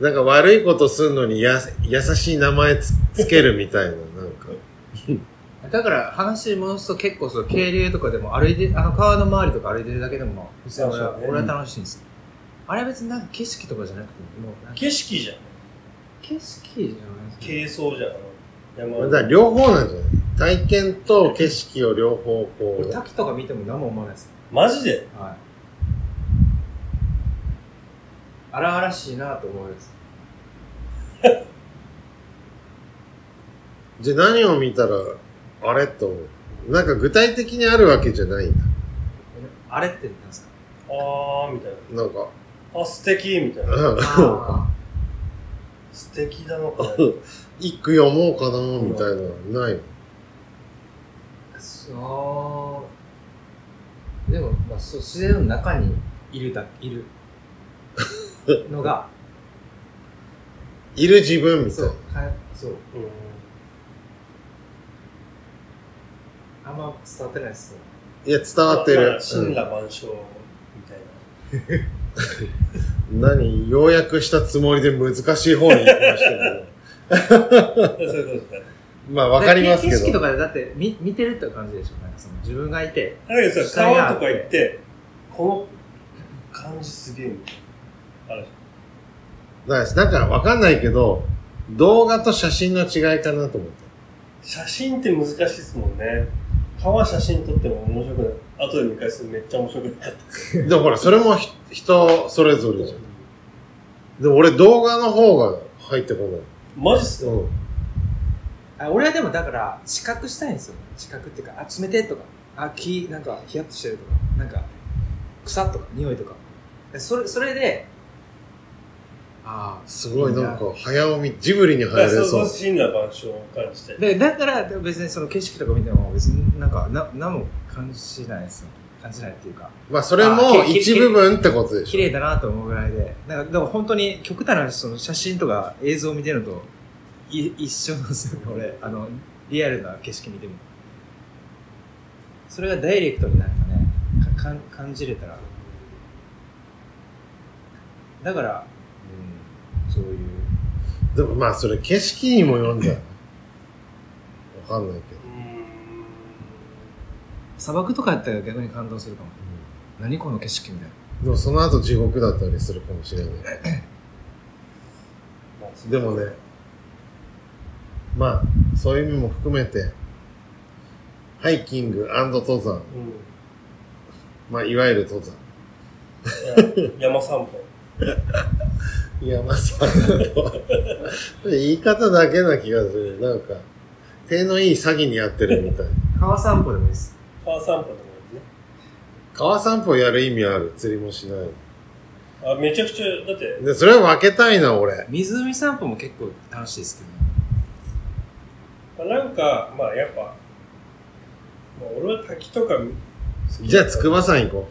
B: なんか悪いことすんのにや、優しい名前つつけるみたいな、なんか。
D: だから話戻すと結構その渓流とかでも歩いて、あの川の周りとか歩いてるだけでもまあ、別に俺
A: そ
D: は
A: うそう
D: 俺は楽しいんですよ。あれは別になんか景色とかじゃなくても、もうなんか
A: 景色じゃん。
D: 景色じゃないですか
A: 軽装じゃん。山
B: だから両方なんじゃない体験と景色を両方こ
D: 俺
B: う。
D: 滝とか見ても何も思わないです。
A: マジで
D: はい。荒々しいなと思うやつ。
B: じゃあ何を見たら、あれと思う。なんか具体的にあるわけじゃないんだ。
D: あれってなんです か
A: あーみたいな。
B: なんか、
A: あ、素敵みたいな。
B: うん。
A: 素敵だな、これ。
B: 一句読もうかな、みたいな、ないの。
D: あーそう。でも、まあ、そう自然の中にいるだ、いる のが、
B: いる自分みたい
D: そ
B: な
D: う。、かそう。
A: うん
D: あんま伝わってないですよ。
B: いや、伝わって
A: だか
B: る
A: ら。神羅万象みたいな。
B: うん何要約したつもりで難しい方に行きましたけど。
A: そういうことだね。
B: まあ、わかりますけ
D: だら景色と
B: ど。
D: かで、だって見、見てるって感じでしょ。なんかその、自分がいて、
A: だけどさ、川とか行って、この感じすげえみたいな。あれ
B: だからなんかわかんないけど、動画と写真の違いかなと思っ
A: 写真って難しいですもんね。川写真撮っても面白くない。後で見返すとめっちゃ面白くなかった。
B: た。でもほら、それもひ人それぞれじゃん。でも俺動画の方が入ってこない。
A: マジっすか
B: うん。
D: あ俺はでもだから、視覚したいんですよね。視覚っていうか、あ、冷てえとか、あ、木、なんか、ヒヤッとしてるとか、なんか、草とか、匂いとか。それ、それで、あ
B: すごい、なんか、早読み、ジブリに入れ
A: そ
B: そ
A: の
B: う。
A: シーンな場所を感じて
D: あ。。で、だから、でも別にその景色とか見ても、別になんか、な、何も感じないですよ。感じないっていうか、
B: まあ、それ
D: あ
B: も
D: きき
B: 一部分ってことでし
D: 綺
B: ょ。
D: 麗だなと思うぐらいで、なんか、でも本当に極端な話、その写真とか映像を見てるのと、い一緒なんですよね、俺。あの、リアルな景色見ても。それがダイレクトになんかね、かかん感じれたら。だから、うん、そういう。
B: でもまあ、それ景色にもよんじゃないわかんないけど。
A: うーん
D: 砂漠とかやったら逆に感動するかも。何この景色みたいな。
B: でもその後地獄だったりするかもしれない。
A: まあそう
B: でもね、まあ、そういう意味も含めて、ハイキング登山、
A: う
B: まあ、いわゆる登山。
A: んいや。山散歩。
B: いや、まさだと。言い方だけな気がする。なんか、手のいい詐欺にやってるみたい。
D: 川散歩でもいいです。
A: 川散歩でもいいね。
B: 川散歩やる意味ある。釣りもしない。
A: あ、めちゃくちゃ、だって、
B: で、それは分けたいな、俺。
D: 湖散歩も結構楽しいですけどね。
A: まあなんか、まあやっぱ、まあ、俺は滝とか好き
B: じゃあ、筑波山行こ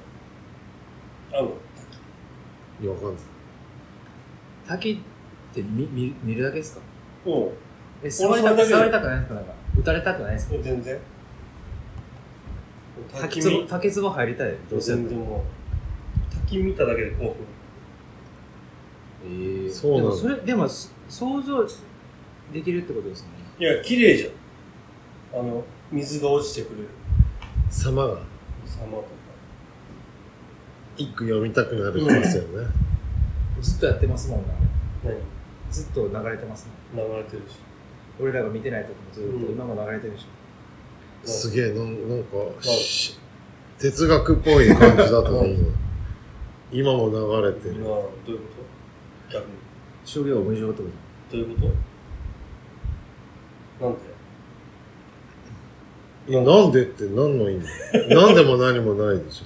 A: あの、
B: う。いや、わかんない。
C: 滝って見見見るだけですか
A: も
D: え、触りた
A: 俺
D: く、
A: それだけで
D: 触りたくないですかなんか、打たれたくないですか
A: う、全然。
C: 滝
A: 滝
C: 壺
A: 見、
C: 滝壺入りたい。どうせだっ
A: 全
C: たら。
A: 然もう、滝見ただけで興奮。
C: えー
B: そうな
D: で
B: の
D: もそれ、でも、そ想像できるってことです
A: い
D: よね。
A: や、綺麗じゃん。あの、水が落ちてくれる
B: 様が、
A: 様とか。
B: 一句読みたくなるんですよね。
D: ずっとやってますもんな。
A: 何
D: ずっと流れてますも
A: 流れてるし。
D: ん。俺らが見てないとこもずっと、
A: うん
D: 今も流れてるでし
B: すげえ、なんなんか、し哲学っぽい感じだったね、 今。今も流れて
A: 今、
B: る。
A: どういうこと逆に。
D: ょ。商業無常ってこと
A: どういうことなんで
B: いや、なんでって何の意味何でも何も ないでしょ。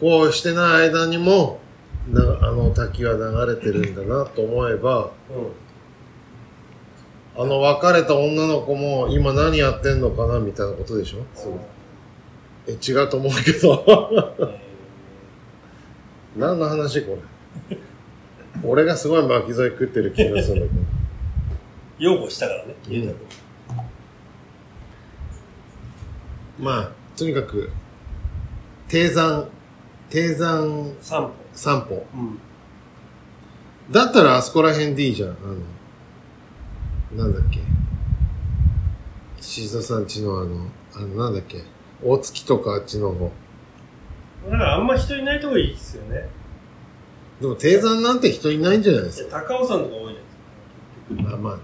B: こうしてない間にも、なあの滝は流れてるんだなと思えば、
A: う
B: あの別れた女の子も今何やってんのかなみたいなことでしょ
A: ん。そう。
B: え、違うと思うけど。
A: え
B: 何の話これ。俺がすごい巻き添え食ってる気がするんだけど。
A: ー擁護したからね、
B: うん
A: ゆうたくん。
B: まあ、とにかく、低山、低山
A: 散歩。
B: 散歩。
A: うん。
B: だったらあそこら辺でいいじゃん。あの、なんだっけ。静田さんちのあの、あの、なんだっけ。大月とかあっちの方。
A: だからあんま人いないとこいいですよね。
B: でも、低山なんて人いないんじゃないですか。
A: 高尾山とか多いじゃないですか。
B: まあまあね。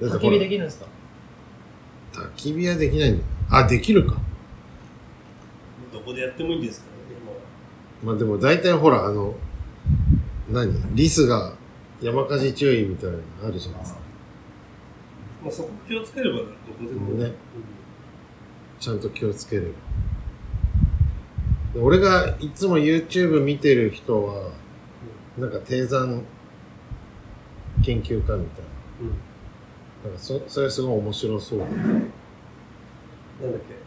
B: だって
C: 焚
B: ほ
C: き
B: ら
C: 火で、きるんですか
B: 焚き火はできないんだよ。あ、できるか。
A: どこでやってもいいんですからね、今は。
B: まあでも、大体ほら、あの、何リスが山火事注意みたいなのあるじゃないですか。
A: まあ、そこ気をつければどこでも
B: ねちゃんと気をつければ。で俺がいつも YouTube 見てる人は、なんか低山研究家みたい
A: うん。
B: な。なんかそそれすごい面白そうだ。
A: うん。なんだっけ。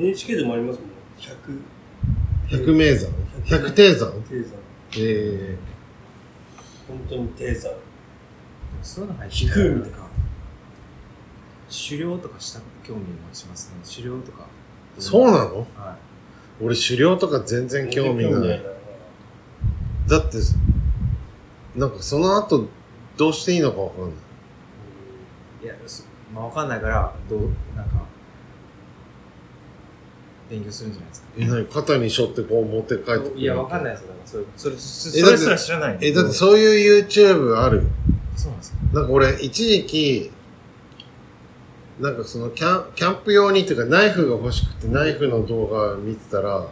A: NHK でもありますもん。100。
B: 百名山百低山
A: 低山。
B: え
A: 本当に低山。
D: そういうの入って
A: 低いみたい
D: か。狩猟とかした興味持ちますね。狩猟とか。
B: ー、そうなの
D: は
B: 俺狩猟とか全然興味ない。だって、なんかその後どうしていいのかわかんない。
D: い。いや、そまあわかんないから、どう、なんか、勉強するんじゃないですか。
B: え、なに肩に背負ってこう持って帰ってくる
D: いや、わかんない
B: い。
D: ですよ。だからそれ、それ、そ
B: え
D: それすら知らないんで
B: え、だってそういう YouTube あるよ。
D: そうなんですよ。
B: なんか俺、一時期、なんかそのキャン、キャンプ用にっていうかナイフが欲しくてナイフの動画見てたら、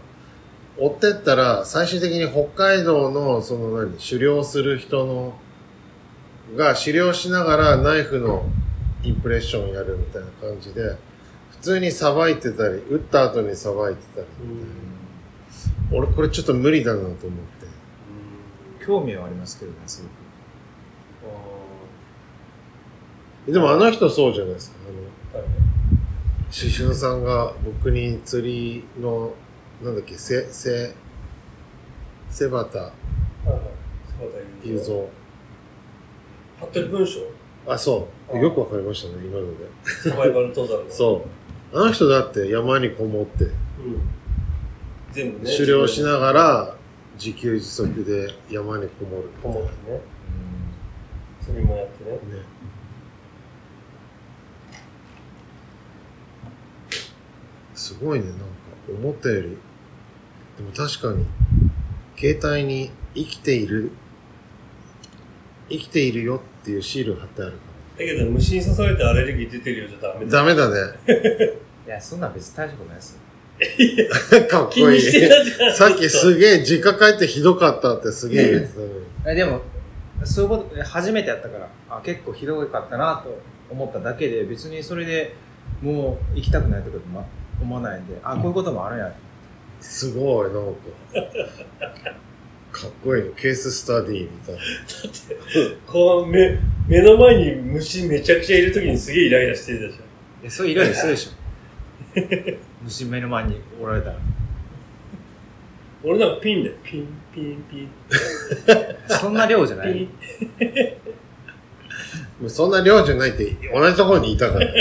B: 追ってったら最終的に北海道のその何、狩猟する人の、が狩猟しながらナイフのインプレッションやるみたいな感じで、普通にさばいてたり、打った後にさばいてたり、俺これちょっと無理だなと思って。
D: 興味はありますけどね、すごく。
B: でもあの人そうじゃないですか。あ
A: あ
B: の、
A: ーはい
B: シュシュンさんが僕に釣りの、なんだっけ、せ、せ、セバタ
A: はいはい柴田
B: 雄
A: 雄三
B: 三。
A: 服部文章
B: あ、そ
A: あ
B: う。よくわかりましたね、今ので。
A: サバイバル登山の
B: そう。あの人だって山にこもって、
A: うん全部ね
B: 狩猟しながら、自給自足で山にこもる。
A: こもってね釣りもやってね
B: ね。すごいね、なんか、思ったより。でも確かに、携帯に生きている、生きているよっていうシール貼ってあるか
A: だけど虫に刺されてアレルギー出てるようじゃダメ
B: ら。
A: だ
B: ダメだね。
D: いや、そんなん別に大したことないですよ。
B: かっ
A: 気
B: こい
A: に
B: い。
A: してたじゃん
B: さっき
A: ず
B: すげえ、実家帰ってひどかったってすげえ言ってたのに。
D: えでも、そういうこと、え初めてやったから、あ、結構ひどかったなと思っただけで、別にそれでもう行きたくないとかもま思わないんで、あ、こういうこともあるんや。
B: すごい、なんか。かっこいい。ケーススタディみたいな。
A: この目目の前に虫めちゃくちゃいる時にすげえイライラしてたじ
D: いや、そういう色にするでしょ。 虫目の前におられたら。
A: ゃん俺なんかピンだよピンピンピン
D: そんな量じゃな
A: ピ
D: い。
A: ン
B: もうそんな量じゃないって、同じところにいたから。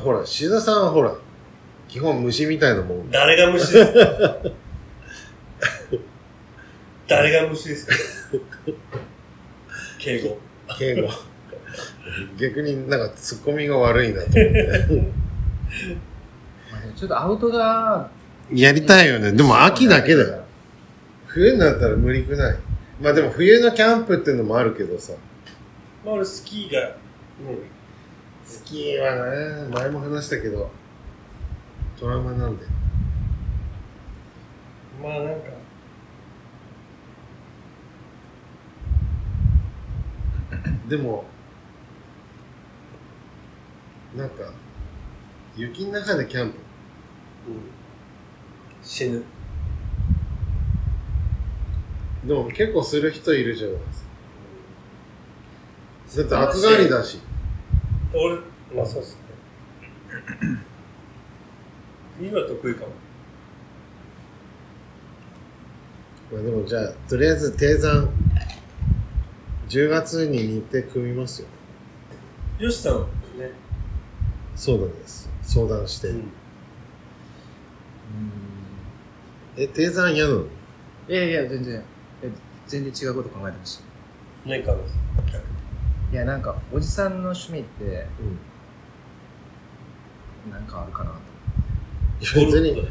B: ほら、志田さんはほら、基本虫みたいなもん。
A: 誰が虫ですか 誰が虫ですか敬語。
B: 敬語。 逆になんかツッコミが悪いなと思って。
D: まあねちょっとアウトドア。
B: やりたいよね。でも秋だけだよ。。冬になったら無理くない。まあでも冬のキャンプっていうのもあるけどさ。
A: まあ俺スキーが、ね、
B: スキーはね、前も話したけど、トラウマなんで。
A: まあなんか、
B: でも、なんか、雪の中でキャンプ
A: うん、死ぬ。
B: でも結構する人いるじゃないですか。だって暑がりだし。
A: 俺、まあそう っすね。冬は得意かも。
B: まあでもじゃあ、とりあえず定山、10月に日程組みますよ。
A: よしさん、ね。
B: そうなんです。相談して。
A: うん。
B: え、定山嫌なの
D: いやいや、全然。え全然違うこと考えてました。
A: ないかもです。
D: いや、なんか、おじさんの趣味って、なんかあるかなと。
B: 別に、
D: まあ、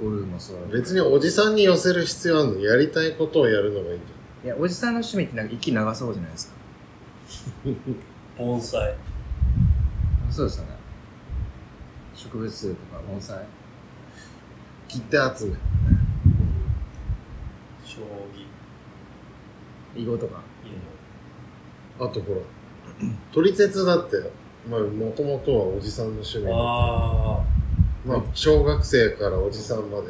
D: ゴルフもそうだけど
B: 別におじさんに寄せる必要あるのやりたいことをやるのがいいんじ
D: いや、おじさんの趣味ってなんか息長そうじゃないですか。
A: 盆栽。
D: そうですよね。植物とか盆栽。
B: ゃない切って集め。
A: 将棋。
D: 囲碁とか。
B: あとほら、撮り鉄だって、まあもともとはおじさんの趣味。
A: あ
B: まあ小学生からおじさんまで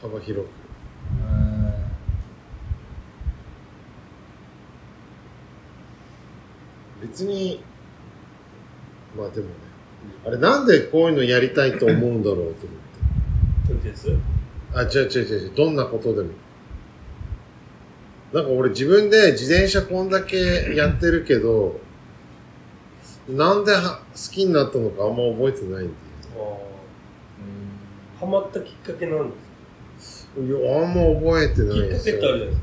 B: 幅広く。別に、まあでもね、あれなんでこういうのやりたいと思うんだろうと思っ
A: あ。とりあえず。
B: て。あ、違う違う違う違う、どんなことでも。なんか俺自分で自転車こんだけやってるけど、なんでは好きになったのかあんま覚えてない
A: あ
B: ん
A: あ。ハマったきっかけなんです
B: で。いや、あんま覚えてないん
A: きっ
B: で
A: か
B: す
A: けってあるじゃな
B: よ。
A: いで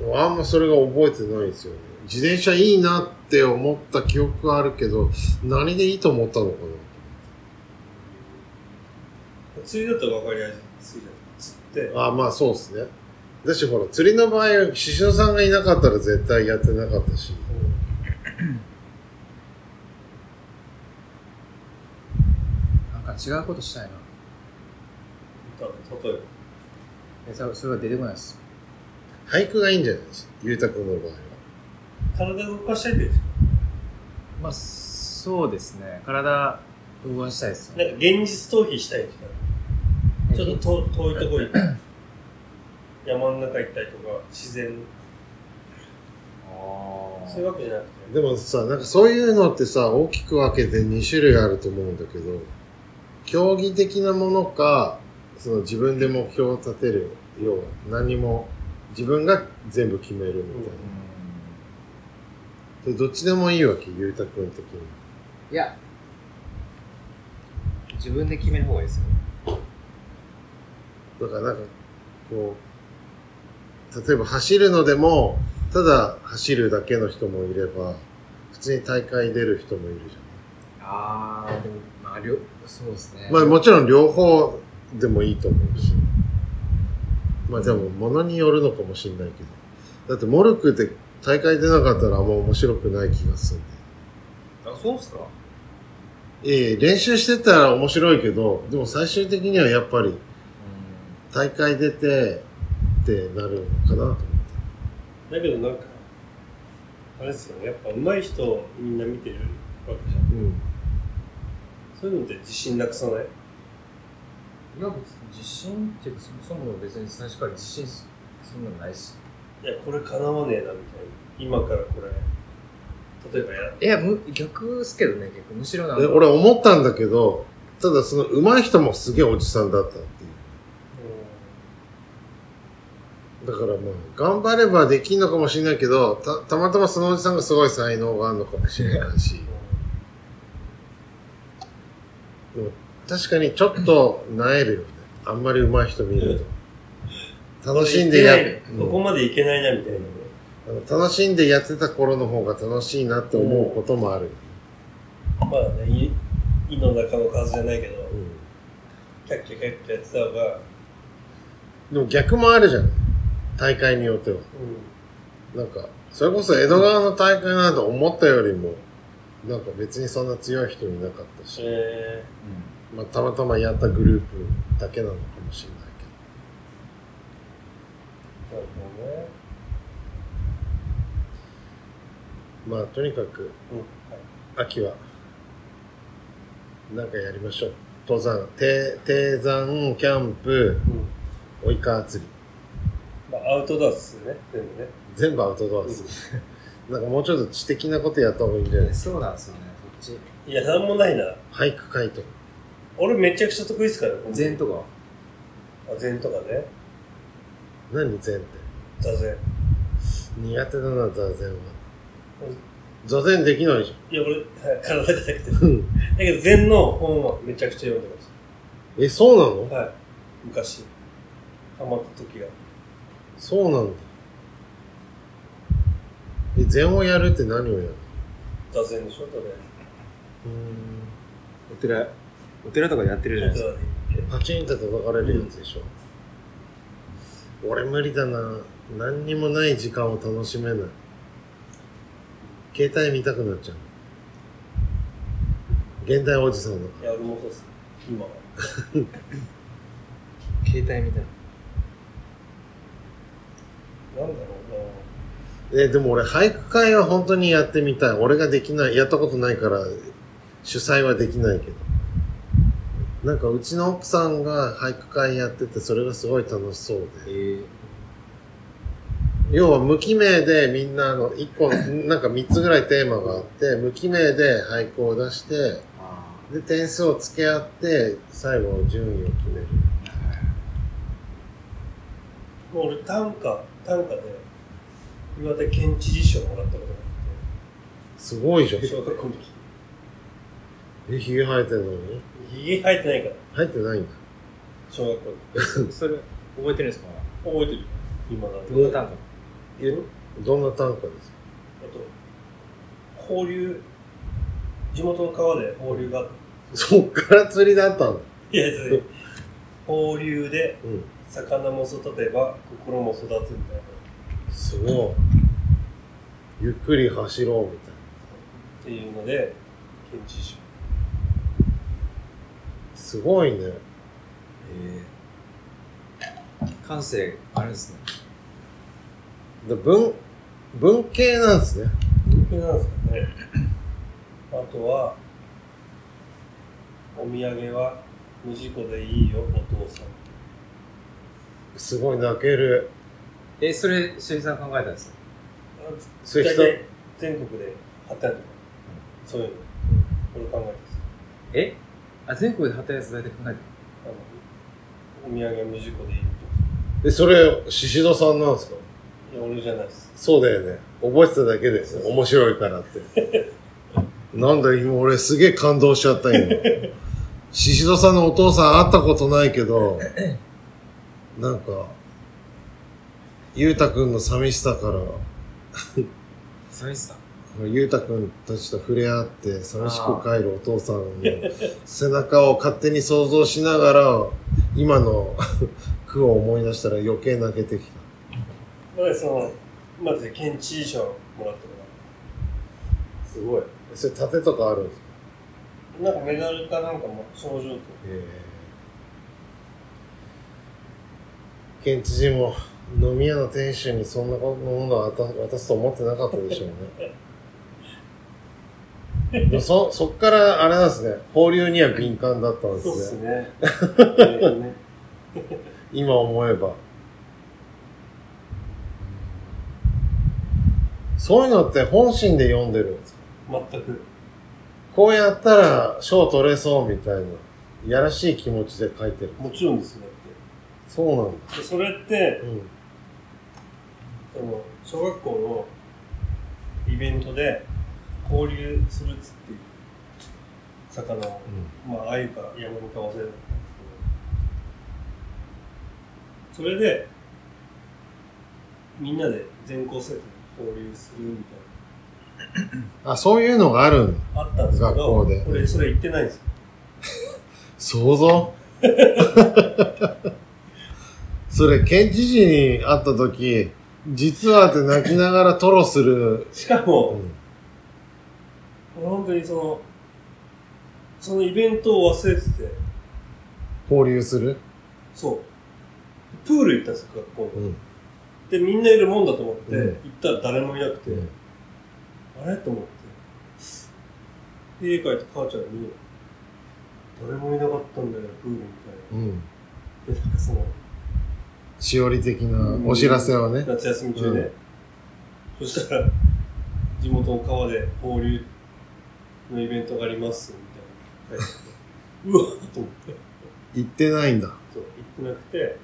A: すか。
B: あんまそれが覚えてないんですよね。自転車いいなって思った記憶はあるけど、何でいいと思ったのかな。
A: 釣りだと分かりやすいじゃないですか。釣って、
B: あまあそうですね。だしほら、釣りの場合、獅子さんがいなかったら絶対やってなかったし。
D: なんか違うことしたいな。
A: た例えば、
D: え、それそれは出てこないです。
B: 俳句がいいんじゃないですか。ゆうたくんの場合は。
A: 体動かしたいでしょ。
C: まあ、そうですね。体、動かしたいです
A: なん
C: ね。
A: か現実逃避したいんですかちょっと遠遠いとこ行って、山の中行ったりとか、自然、
C: あ
A: そういうわけじゃなく
B: でもさ、なんかそういうのってさ、大きく分けて2種類あると思うんだけど、競技的なものか、その自分で目標を立てる、要は何も、自分が全部決めるみたいな。でどっちでもいいわけ、ゆうたくん的に。
D: いや、自分で決める方がいいですよ。
B: だからなんか、こう、例えば走るのでも、ただ走るだけの人もいれば、普通に大会出る人もいるじ
C: あー、でも、まあ、りょそうですね
B: ゃん。まあもちろん両方でもいいと思うし。まあでも物によるのかもしれないけど。だってモルクって大会出なかったらあんま面白くない気がするん
C: あ、そうっすか
B: で。いやいや練習してたら面白いけど、でも最終的にはやっぱり大会出てってなるのかなと思って。
A: て。だけどなんか、あれですよね、やっぱ上手い人をみんな見てるわけじゃん。
B: うん。
A: そういうのって自信なくさない
C: いや、別に自信っていうか、そもそも別に最初から自信すそんなのないし。
A: いや、これ叶わねえな、みたいな。今からこれ、例えばや
C: いや、む逆っすけどね、逆。むしろなんか
B: で俺思ったんだけど、ただその上手い人もすげえおじさんだったっていう。だからまあ、頑張ればできんのかもしれないけど、た、たまたまそのおじさんがすごい才能があるのかもしれないし。でも確かにちょっと萎えるよね。あんまり上手い人見ると。楽しんでや、
A: うんここまでいけないな、みたいなね。
B: うんあの楽しんでやってた頃の方が楽しいなって思うこともある。
A: まあね、い胃の中の数じゃないけど、
B: うん
A: キャッキャキャッキャやってた方が、
B: でも逆もあるじゃん。大会によっては。なんか、それこそ江戸川の大会なんて思ったよりも、なんか別にそんな強い人いなかったし、
A: え
B: まあたまたまやったグループだけなのかもしれない
A: ー、なるほどね。
B: けど、まあとにかく
A: うん。
B: 秋は、なんかやりましょう。登山、低、低山、キャンプ、
A: うん
B: 追い川釣り。
A: まあ、アウトドアっすね、全部ね。
B: 全部アウトドアです。なんかもうちょっと知的なことやった方がいいんじゃないです
D: そうなんですよね、そっち。
A: いや、なんもないな。
B: か。俳句会とか。
A: 俺めちゃくちゃ得意っすから、ね。
D: 禅とかは
A: あ。禅とかね。
B: 何禅って。
A: 座禅。
B: 苦手だな、座禅は。座禅できないじ
A: いや、俺、体が痛くて。だ
B: ゃん。
A: けど禅の本はめちゃくちゃ読んでまし
B: え、そうなの
A: た。はい。昔、ハマった時が。
B: そうなんだ。え、禅をやるって何をやる
A: 座禅でしょ、とり
D: お寺、お寺とかでやってるじ
A: あ
D: ゃな
A: え
D: いで
A: ず。
D: す
A: ア
D: か。
A: ウトドアで行って。
B: パチンと叩かれるやつでしょ。俺無理だな。何にもない時間を楽しめない。携帯見たくなっちゃう。現代おじさんだか
A: いや、俺もそうっす。今は。
D: 携帯みたいな。
A: なんだろ
B: ら。え、でも俺俳句会は本当にやってみたい。俺ができない。やったことないから、主催はできないけど。なんかうちの奥さんが俳句会やってて、それがすごい楽しそうで。
D: えー、
B: 要は無記名でみんなあの一個、なんか三つぐらいテーマがあって、無記名で俳句を出して、
D: あ
B: で、点数を付け合って、最後順位を決める。
A: うな。もう俺、短歌、短歌で、岩手県知事賞もらったことが
B: すごいじゃ
A: あ
B: ん
A: って、。小学校の時。
B: え、ひげ生えてるのに
A: ひげ生えてないから、
B: 生えてないんだ。
A: 小学校の
D: あ。それ、覚えてるんですか
A: 時。覚えてる今だ
D: どうだったんか。
B: えどんな短歌ですか
A: あと、放流、地元の川で放流があっ
B: そっから釣りだったんだ。
A: た。いや、それ放流で
B: うん。
A: 魚も育てば心も育つみたいな。
B: すごい。ゆっくり走ろうみたいな。
A: っていうので、県知事賞。
B: すごいね。
D: えー、感性あるんですね。
B: で文、文系なんですね。
A: 文系なんですかね。あとは、お土産は無事故でいいよ、お父さん。
B: すごい泣ける。
C: え、それ、しおりさん考えたんですか
A: あ
B: それ
A: 大
B: 人、
A: 体全国で貼ったりとか、そういうの、俺考えてます
C: えあ、全国で貼ったやつ大体考えてる。
A: あのお土産は無事故でいいよ、
B: え、それ、宍戸さんなんです
A: お父さん。
B: か
A: いや、俺じゃないです。
B: そうだよね。覚えてただけで
A: そう
B: す。
A: そう
B: 面白いからって。なんだ、今俺すげえ感動しちゃったよ。宍戸さんのお父さん会ったことない けど、なんか、ゆうたくんの寂しさから、
C: 寂しさ。
B: ゆうたくんたちと触れ合って寂しく帰るお父さんの 背中を勝手に想像しながら、今の 句を思い出したら余計泣けてきた。
A: まあ、その、まず県知事賞もらったか、
B: すごい。それ盾とかあるんですから
A: なんかメダルかなんかも賞状とか、
B: えー県知事も飲み屋の店主にそんなものを渡渡すと思ってなかったでしょ うね。でもそ、そっからあれなんですね、放流には敏感だったんです
A: そう
B: ね。
A: ですね。えーとね
B: 今思えば。そういうのって本心で読んでるんですか
A: 全く。
B: こうやったら賞取れそうみたいな、やらしい気持ちで書いてる。
A: もちろんですよ、だっ
B: そうなんだ。
A: て。でそれって、
B: うん。
A: その小学校のイベントで交流するっつっていう魚を、まあ鮎かヤマメか忘れたんですけどそれでみんなで全校生徒で交流するみた
B: あ、そういうのがあるんだ。
A: いなあったんですけ
B: 学
A: ど
B: 校で
A: 俺それ行ってないんですよ
B: 想像 それ、県知事に会った時、実はって泣きながらトロする。
A: しか
B: う
A: も
B: ん
A: 本当にそのそのイベントを忘れてて
B: 交流する、
A: そうプール行ったんですよ学校の
B: うん
A: で、みんないるもんだと思って、
B: うん
A: 行ったら誰もいなくて、あれと思って。で、家帰って母ちゃんに、誰もいなかったんだよ、プールみた
B: うん。
A: いな。で、なんかその、
B: しおり的なお知らせはね。
A: 夏休み中で、そしたら、地元の川で放流のイベントがあります、みたいな。うわっと思って、
B: 行ってないんだ。
A: そう、行ってなくて、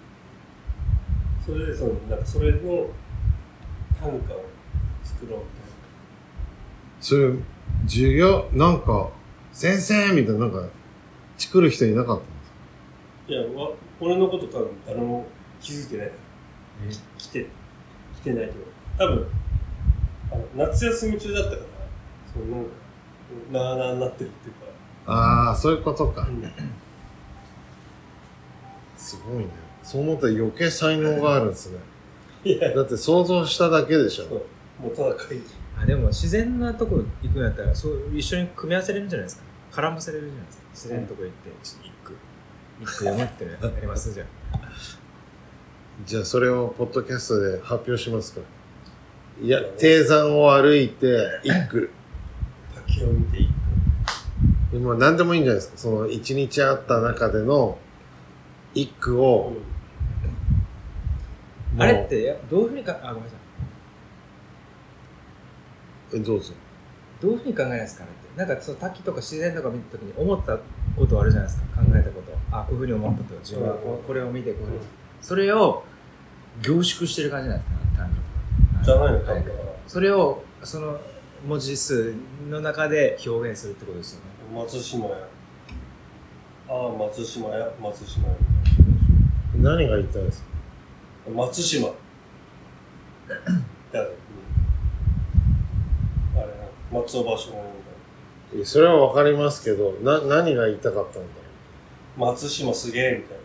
A: それで、その、なんかそれの短歌を作ろうみたいな。
B: それ、授業、なんか、先生みたいな、なんか、チクる人いなかったんですか
A: いや、わ俺のこと多分誰も気づいてない。き来て、来てないと思う。多分、あの夏休み中だったから、そのなんか、なあなあになってるっていうか、
B: ああ、そういうことか。
A: うん
B: すごいね。そう思ったら余計才能があるんですね。
A: いや、
B: だって想像しただけでしょ。
A: もうただ書いて
D: あでも自然なとこ行くんやったらそう一緒に組み合わせれるんじゃないですか絡ませれるじゃないですか自然なとこ行ってちょっと一句一句読むってのやりま すじゃん
B: じゃあそれをポッドキャストで発表しますか。いや、低山を歩いて一句。
A: 滝を見ていい。
B: でも何でもいいんじゃないですか。その一日あった中での一句を。
D: あれってやどういうふうにかあごめんなさい
B: えどうぞ。
D: どういうふうに考えますかあれってなんかその滝とか自然とか見た時に思ったことあるじゃないですか考えたことあこういうふうに思ったと自分はこうこれを見てこういうふうにそれを凝縮してる感じなんですか単語
A: じゃないの、多
D: は
A: 分。
D: それをその文字数の中で表現するってことですよね
A: 松島や。ああ、松島や、松島や。
B: 何が言いたいですか
A: 松 島。だよ、うんあれな、松尾芭蕉のみたいな。
B: いやそれはわかりますけど、な、何が言いたかったんだ
A: 松島すげえみたい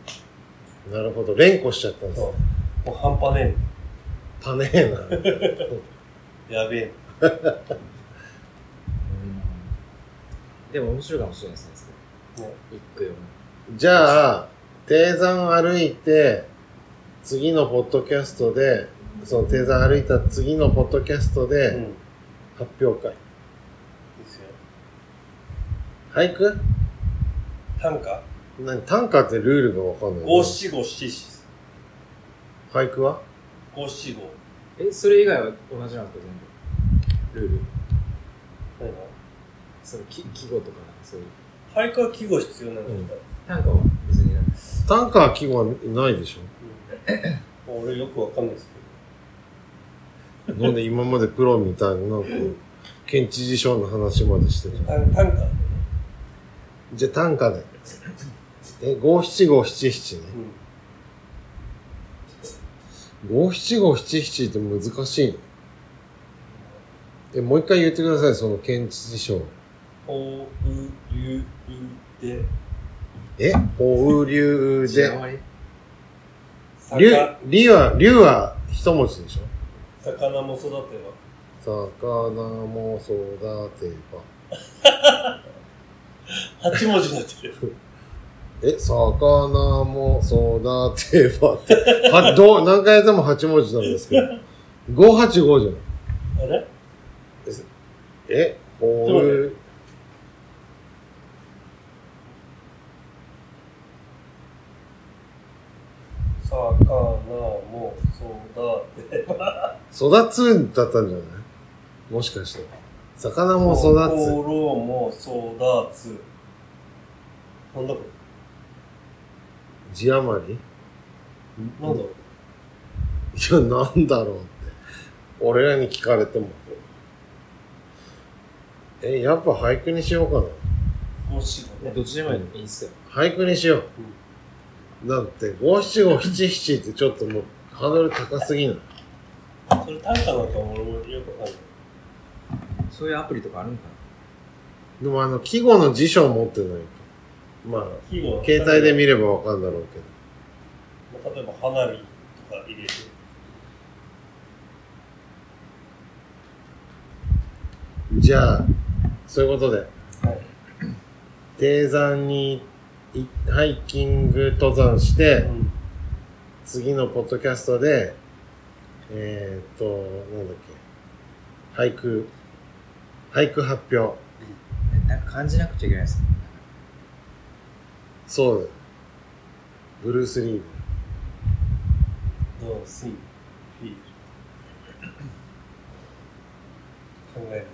B: ろう。なるほど。連呼しちゃったん
A: な。
B: です
A: そ
B: ね
A: う。もう半端ね
B: たねえな。
A: えな。やべえ。
D: でも面白いかもしれないですねそれ
A: ね
D: 一句読む
B: じゃあ、低山を歩いて、次のポッドキャストで、その低山歩いた次のポッドキャスト
A: う
B: で
A: ん。
B: 発表会。
A: ですよ。
B: 俳句
A: 短歌
B: 何短歌ってルールがわかんないな。
A: 五七五七七です
B: 俳句は
A: 五七五
C: え、それ以外は同じなんですか、全部。ルール。
A: 何が
C: その、き季語とか、そういう。
A: 俳句は季語必要なんだったら
C: 単価は別になんです。
B: 短歌は季語はないでしょ
A: うん俺よくわかんないです
B: なんで今までプロみたいな、なんか、 県知事賞の話までしてる
A: け。どあの短歌でね
B: じゃあ短歌で。え、五七五七七ね。
A: うん
B: 五七五七七って難しいのえ、もう一回言ってください、その県知事賞。
A: おうゆうで
B: え、保う流
C: 字
B: で。
C: 余り
B: りゅ
A: 魚、
B: りは、りゅは一文字でしょ
A: 魚も育てば
B: 魚も育てば。
A: 八文字になってる
B: え、魚も育てばって。 は、どう、何回やっても8文字なんですけど。五八五じゃん。
A: あれ
B: え、ほ
A: そうだ
B: う、
A: 魚も育て
B: 育つだったんじゃないもしかして。魚も育
A: 心も育つなんだこ
B: つ。字余
A: れ
B: り
A: なんだろう
B: いや、なんだろうって。俺らに聞かれても。え、やっぱ俳句にしようかな。
A: 五七五ね
C: どっちでもいいっすよ。
B: 俳句にしよう。だって、五七五七七ってちょっともう、ハードル高すぎない
A: それ短歌なんか俺もよくわかんない
D: そういうアプリとかあるんか
B: でもあの、季語の辞書を持ってないと。まあ、
A: 季語は
B: 携帯で見ればわかるんだろうけど。
A: 例えば花火とか入れて
B: じゃあ、そういうことで。
A: はい
B: 低山にいハイキング登山して、
A: うん
B: 次のポッドキャストで、えー、っと、なんだっけ、俳句、俳句発表。
D: な。なんか感じなくちゃいけないですね。
B: そうだよブルース・リー
A: どうスイフィール考える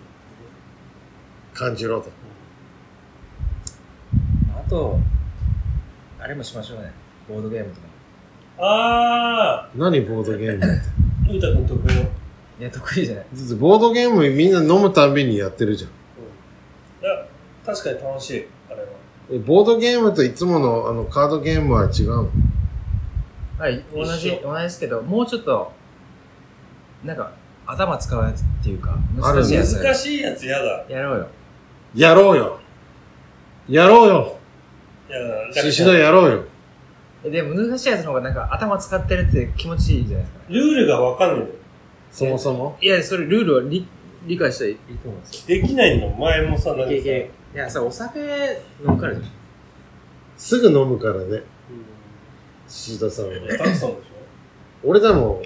B: 感じろと。
D: あと、あれもしましょうね。ボードゲームとか。
A: あ
B: 何ボード ゲームって。
A: ーうーたくん得意の
D: いや、得意じゃない。
B: だってボードゲームみんな飲むたんびにやってるじゃん。
A: いや確かに楽しいあれは
B: えボードゲームといつものあのカードゲームは違うの
D: はい、同
A: 一
D: じ、
A: 緒
D: 同じですけど、もうちょっと、なんか、頭使うやつっていうか、
B: ある
D: 難しいやつ。
A: 難しいやつやだ
D: やろうよ。
B: やろうよやろうよ
A: やだ
B: 獅子戸やろうよ
D: えでも難しいやつの方がなんか頭使ってるって気持ちいいじゃないですか、ね。
A: ルールがわかんないんだよ
B: そもそも
D: いや、それルールを理理解したらいいと思うんですよ。
A: できないの前もさなんかさ
D: いやいやいや、さ、お酒飲むからでしょ。
B: すぐ飲むからね、
A: う
B: 獅子戸さんは。
A: んたくさんでし
B: 俺でも、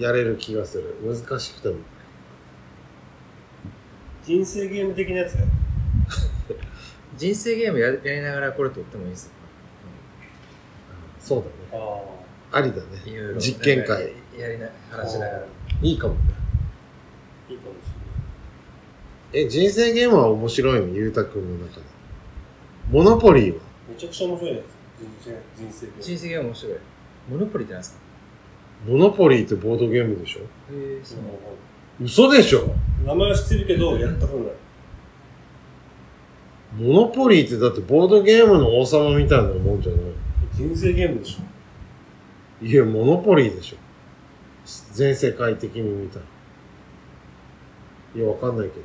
B: やれる気がする。難しくても。
A: ょ人生ゲーム的なやつや
D: 人生ゲームややりながらこれ撮ってもいいですよ。
B: そうだね。
A: ああ
B: ありだ
D: いろい
B: ね。
D: ろ
B: 実験
D: なんか
B: 会。
D: やりな、話しながら。
B: いいかもね。
A: いいかもし
B: え、人生ゲームは面白いのゆうたくんの中で。モノポリー
A: れ
B: は
A: ないめちゃくちゃ面白いやつ人生人生ゲー
D: 人生ゲーム面白い。モノポリってなんですか
B: モノポリーってボードゲームでしょ
D: へぇ、そうな
A: ム
D: の
B: 嘘でしょ
A: 名前は知ってるけどやったことない
B: モノポリーってだってボードゲームの王様みたいなもんじゃない
A: 人生ゲームでしょ
B: いや、モノポリーでしょ。全世界的に見たら。いや、わかんないけ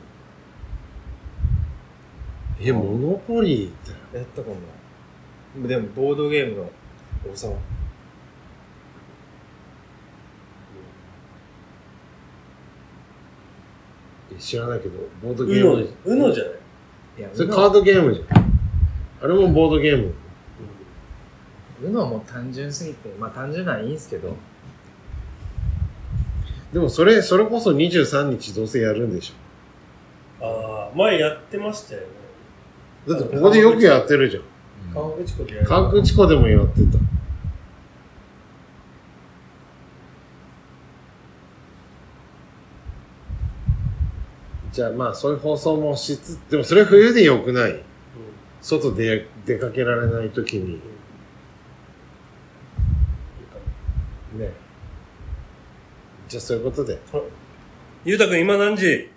B: ど。え、モノポリーって。
C: やったかもな。でも、ボードゲームの王様。
B: え知らないけど、ボードゲ
A: う
B: ー
A: の
B: ム。
A: うのじゃない
D: いや、
B: それ
D: うの
B: カードゲームじゃん。あれもボードゲーム。
D: うのはもう単純すぎて、まあ単純ならいいんですけど、
B: でもそれ、それこそ23日どうせやるんでしょ。
A: あああ、前やってましたよね。
B: だってここでよくやってるじゃん。
A: 川口湖でやる。
B: 河口湖でもやってた。じゃあまあそういう放送もしつつ、でもそれ冬でよくない外で出かけられない時に。ね。じゃあそういうことで。
A: ゆうたくん今何時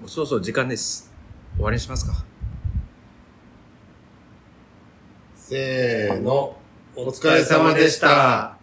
D: もうそろそろ時間です。終わりにしますか。
B: せーの。お疲れ様でした。